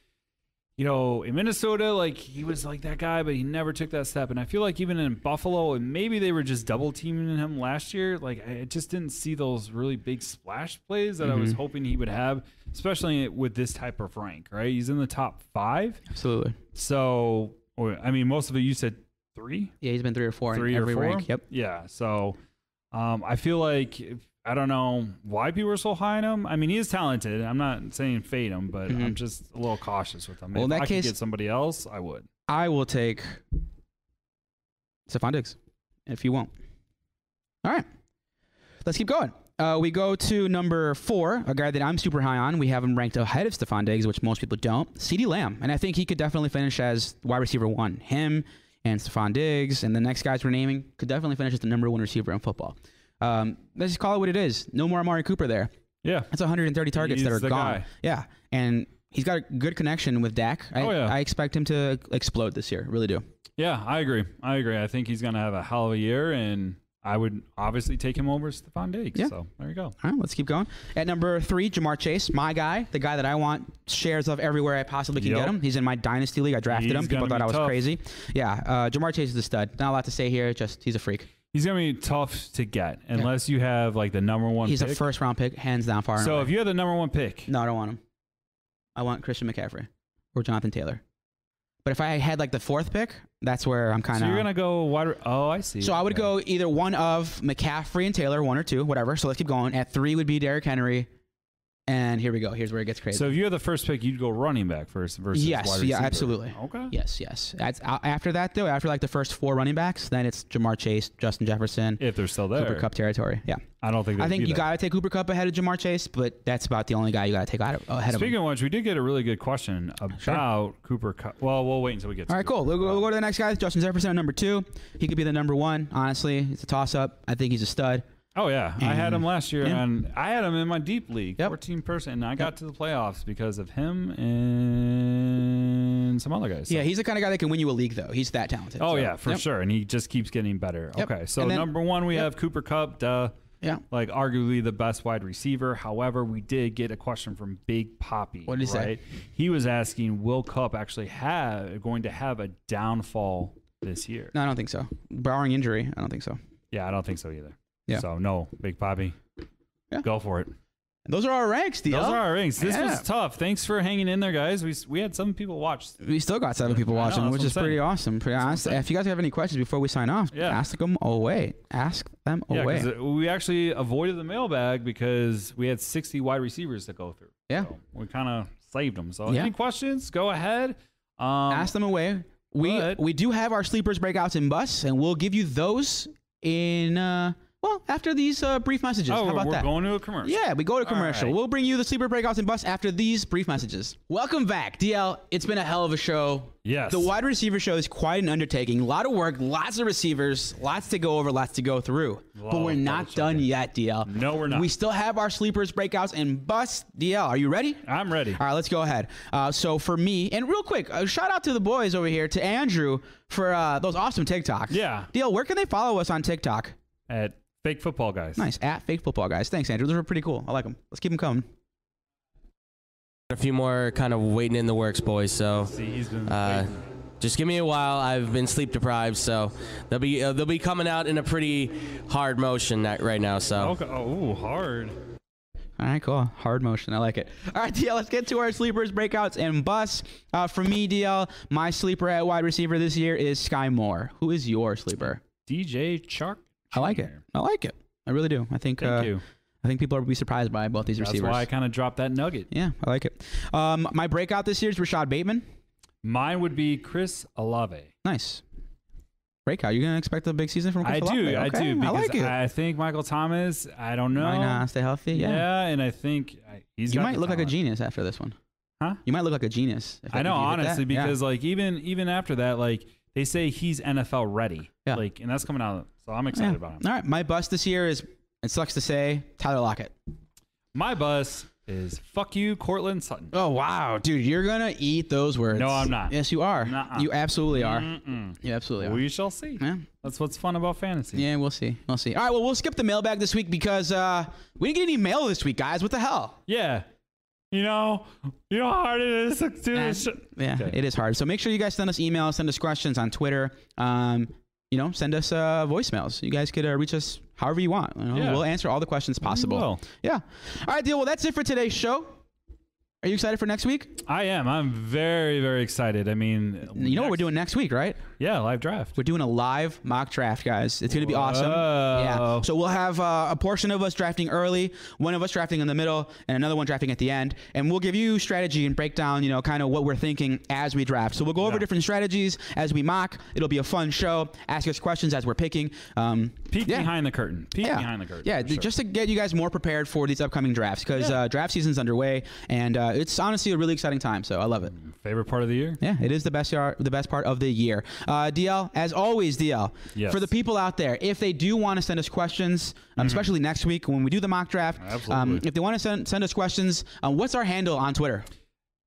S2: you know, in Minnesota, like he was like that guy, but he never took that step. And I feel like even in Buffalo, and maybe they were just double teaming him last year. Like I I just didn't see those really big splash plays that I was
S1: Mhm.
S2: hoping he would have, especially with this type of rank. Right? He's in the top five.
S1: absolutely.
S2: So, or, I mean, most of it. You said three
S1: Yeah, he's been three or four
S2: three
S1: in
S2: or
S1: every
S2: four.
S1: rank. Yep.
S2: Yeah. So um, I feel like if, I don't know why people are so high on him. I mean, he is talented. I'm not saying fade him, but I'm just a little cautious with him.
S1: Mm-hmm. Well,
S2: if
S1: in that
S2: I
S1: case-
S2: could get somebody else, I would.
S1: I will take Stephon Diggs if you won't. All right. Let's keep going. Uh, we go to number four, a guy that I'm super high on. We have him ranked ahead of Stephon Diggs, which most people don't. CeeDee Lamb. And I think he could definitely finish as wide receiver one. Him and Stephon Diggs and the next guys we're naming could definitely finish as the number one receiver in football. Um, let's just call it what it is. No more Amari Cooper there.
S2: Yeah.
S1: That's 130 targets
S2: He's
S1: that are
S2: the
S1: gone.
S2: guy.
S1: Yeah, and he's got a good connection with Dak. I,
S2: Oh, yeah.
S1: I expect him to explode this year. Really do.
S2: Yeah. I agree. I agree. I think he's going to have a hell of a year, and I would obviously take him over Stephon Diggs.
S1: Yeah.
S2: So there you go.
S1: All right, let's keep going. At number three, Jamar Chase, my guy, the guy that I want shares of everywhere I possibly can get
S2: Yep.
S1: him. He's in my dynasty league. I drafted
S2: He's
S1: him. People thought
S2: gonna be
S1: I was
S2: tough.
S1: crazy. Yeah, uh, Jamar Chase is a stud. Not a lot to say here. Just he's a freak.
S2: He's going to be tough to get unless you have like the number one
S1: he's a
S2: pick.
S1: first round pick, hands down, far and
S2: so
S1: away.
S2: if you had the number one pick,
S1: No, I don't want him. I want Christian McCaffrey or Jonathan Taylor. But if I had like the fourth pick, that's where I'm kind of.
S2: so you're going to go wide. Oh, I see.
S1: So I would
S2: Okay.
S1: go either one of McCaffrey and Taylor, one or two, whatever. So let's keep going. At three would be Derrick Henry, and here we go. Here's where it gets crazy.
S2: So if you had the first pick, you'd go running back first versus
S1: Yes,
S2: wide
S1: yeah,
S2: receiver.
S1: absolutely.
S2: Okay.
S1: yes, yes. That's, a- after that though, after like the first four running backs, then it's Jamar Chase, Justin Jefferson,
S2: If they're still there,
S1: Cooper Cup territory. Yeah,
S2: I don't think.
S1: I
S2: they'd
S1: think
S2: do
S1: you
S2: that.
S1: gotta take Cooper Cup ahead of Jamar Chase, but that's about the only guy you gotta take out of, ahead
S2: Speaking
S1: of him.
S2: of which, we did get a really good question about Cooper Cup. Well, we'll wait until we get. to
S1: All right,
S2: Cooper.
S1: cool. We'll, go- we'll go to the next guy. Justin Jefferson at number two. He could be the number one. Honestly, it's a toss up. I think he's a stud.
S2: Oh yeah, I had him last year,
S1: yeah.
S2: and I had him in my deep league,
S1: Yep.
S2: fourteen person, and I got to the playoffs because of him and some other guys. So-
S1: Yeah, he's the kind of guy that can win you a league though. He's that talented.
S2: Oh
S1: So,
S2: yeah, for
S1: yep.
S2: sure, and he just keeps getting better.
S1: Yep.
S2: Okay, so
S1: And then-
S2: number one, we
S1: yep.
S2: have Cooper Cup, duh,
S1: Yeah.
S2: like arguably the best wide receiver. However, we did get a question from Big Poppy.
S1: What did he say?
S2: right? He was asking, will Cup actually have going to have a downfall this year?
S1: No, I don't think so. Barring injury, I don't think so.
S2: Yeah, I don't think so either.
S1: Yeah.
S2: So no, Big Poppy,
S1: Yeah.
S2: go for it.
S1: Those are our ranks, Dio.
S2: Those are our rings. This
S1: Yeah.
S2: was tough. Thanks for hanging in there, guys. We s- we had some people watch.
S1: we still got seven people
S2: I know,
S1: watching,
S2: that's
S1: which
S2: what
S1: is
S2: I'm
S1: pretty
S2: saying.
S1: awesome. Pretty honest. If you guys have any questions before we sign off,
S2: Yeah.
S1: ask them away. Ask them
S2: Yeah,
S1: away.
S2: 'cause, uh, we actually avoided the mailbag because we had 60 wide receivers to go through.
S1: yeah,
S2: So we kind of saved them. So
S1: Yeah.
S2: any questions? Go ahead. Um,
S1: ask them away. We
S2: but-
S1: we do have our sleepers, breakouts, and bus, and we'll give you those in uh, well after these uh, brief messages.
S2: Oh,
S1: How about
S2: we're
S1: that?
S2: going to a commercial.
S1: Yeah, we go to commercial.
S2: right.
S1: We'll bring you the sleeper breakouts and bus after these brief messages. Welcome back, DL. It's been a hell of a show.
S2: Yes.
S1: The wide receiver show is quite an undertaking. A lot of work, lots of receivers, lots to go over, lots to go through. but
S2: of
S1: we're not
S2: bullshit.
S1: done yet, DL.
S2: No, we're not.
S1: We still have our sleepers, breakouts, and bus. DL, are you ready?
S2: I'm ready.
S1: All right, let's go ahead. Uh, so for me, and real quick, uh, shout out to the boys over here, to Andrew for uh, those awesome TikToks.
S2: Yeah.
S1: DL, where can they follow us on TikTok?
S2: At fake football guys.
S1: Nice at fake football guys. Thanks, Andrew. Those were pretty cool. I like them. Let's keep them coming.
S3: A few more kind of waiting in the works, boys. So
S2: See, he's been
S3: uh,
S2: waiting.
S3: Just give me a while. I've been sleep deprived, so they'll be uh, they'll be coming out in a pretty hard motion that, right now. So
S2: Okay. Oh, ooh, hard.
S1: All right, cool. Hard motion. I like it. All right, DL, let's get to our sleepers, breakouts, and bus. Uh, for me, DL, my sleeper at wide receiver this year is Sky Moore. Who is your sleeper?
S2: DJ Chark.
S1: I like it.
S2: Jr..
S1: I like it. I really do. I think
S2: Thank
S1: uh,
S2: you.
S1: I think people are be surprised by both these
S2: That's
S1: receivers.
S2: why I kind of dropped that nugget.
S1: yeah, I like it. Um, my breakout this year is Rashad Bateman.
S2: Mine would be Chris Alave.
S1: Nice. Breakout. You gonna expect a big season from? Chris
S2: I do,
S1: Olave?
S2: I
S1: Okay,
S2: do, because
S1: I like it.
S2: I think Michael Thomas. I don't know.
S1: Why not? Stay healthy.
S2: Yeah.
S1: Yeah.
S2: and I think I- he's.
S1: You
S2: got
S1: might
S2: the
S1: look like a
S2: talent.
S1: genius after this one.
S2: Huh?
S1: You might look like a genius. if-
S2: I
S1: if
S2: know,
S1: you hit that.
S2: honestly,
S1: Yeah.
S2: because like even even after that, like they say he's NFL ready.
S1: Yeah.
S2: Like, and that's coming out. So I'm excited
S1: Yeah.
S2: about him.
S1: All right, my bust this year is it sucks to say Tyler Lockett.
S2: My bus is fuck you, Cortland Sutton.
S1: Oh wow, dude, you're gonna eat those words.
S2: No, I'm not.
S1: Yes, you are.
S2: Nuh-uh.
S1: You absolutely are.
S2: Mm-mm.
S1: You absolutely are.
S2: We shall see.
S1: yeah.
S2: That's what's fun about fantasy.
S1: yeah, we'll see. We'll see. All right, well, we'll skip the mailbag this week because uh, we didn't get any mail this week, guys. What the hell?
S2: Yeah. You know, you know how hard it is to do this. shit?
S1: Yeah,
S2: Okay.
S1: it is hard. So make sure you guys send us emails, send us questions on Twitter. Um, you know, send us uh, voicemails. You guys could uh, reach us however you want. You know,
S2: Yeah.
S1: We'll answer all the questions possible.
S2: will.
S1: Yeah. All right, deal. Well, that's it for today's show. Are you excited for next week?
S2: I am. I'm very, very excited. I mean,
S1: You know what we're doing next week, right?
S2: Yeah, live draft.
S1: We're doing a live mock draft, guys. It's going to be awesome. Yeah.
S2: Whoa.
S1: So we'll have uh, a portion of us drafting early, one of us drafting in the middle, and another one drafting at the end. And we'll give you strategy and break down, you know, kind of what we're thinking as we draft. So we'll go over
S2: Yeah.
S1: different strategies as we mock. It'll be a fun show. Ask us questions as we're picking. Um,
S2: Peek
S1: yeah.
S2: behind the curtain. Peek
S1: yeah.
S2: behind the curtain.
S1: Yeah,
S2: for
S1: th-
S2: sure.
S1: just to get you guys more prepared for these upcoming drafts because uh, draft season's underway, and uh, it's honestly a really exciting time. So I love it.
S2: favorite part of the year.
S1: Yeah, it is the best yard, the best part of the year. Uh, DL, as always, DL.
S2: Yes. Mm-hmm.
S1: For the people out there, if they do want to send us questions, um, especially next week when we do the mock draft, um,
S2: Absolutely.
S1: if they want to send, send us questions, um, what's our handle on Twitter?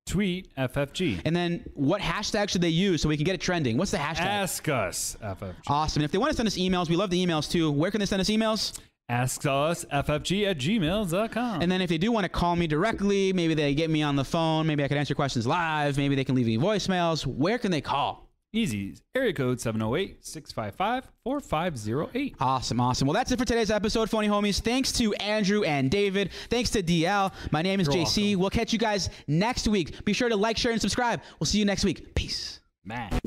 S2: Tweet FFG.
S1: And then what hashtag should they use so we can get it trending? What's the hashtag?
S2: Ask us FFG.
S1: Awesome. And if they want to send us emails, we love the emails too. Where can they send us emails?
S2: Ask us FFG at gmail.com.
S1: And then if they do want to call me directly, maybe they get me on the phone, maybe I can answer questions live, maybe they can leave me voicemails. Where can they call?
S2: Easy. Area code 708 655 4508.
S1: Awesome, awesome. Well, that's it for today's episode, Phony Homies. Thanks to Andrew and David. Thanks to DL. My name is JC. We'll catch you guys next week. Be sure to like, share, and subscribe. We'll see you next week. Peace.
S2: Man.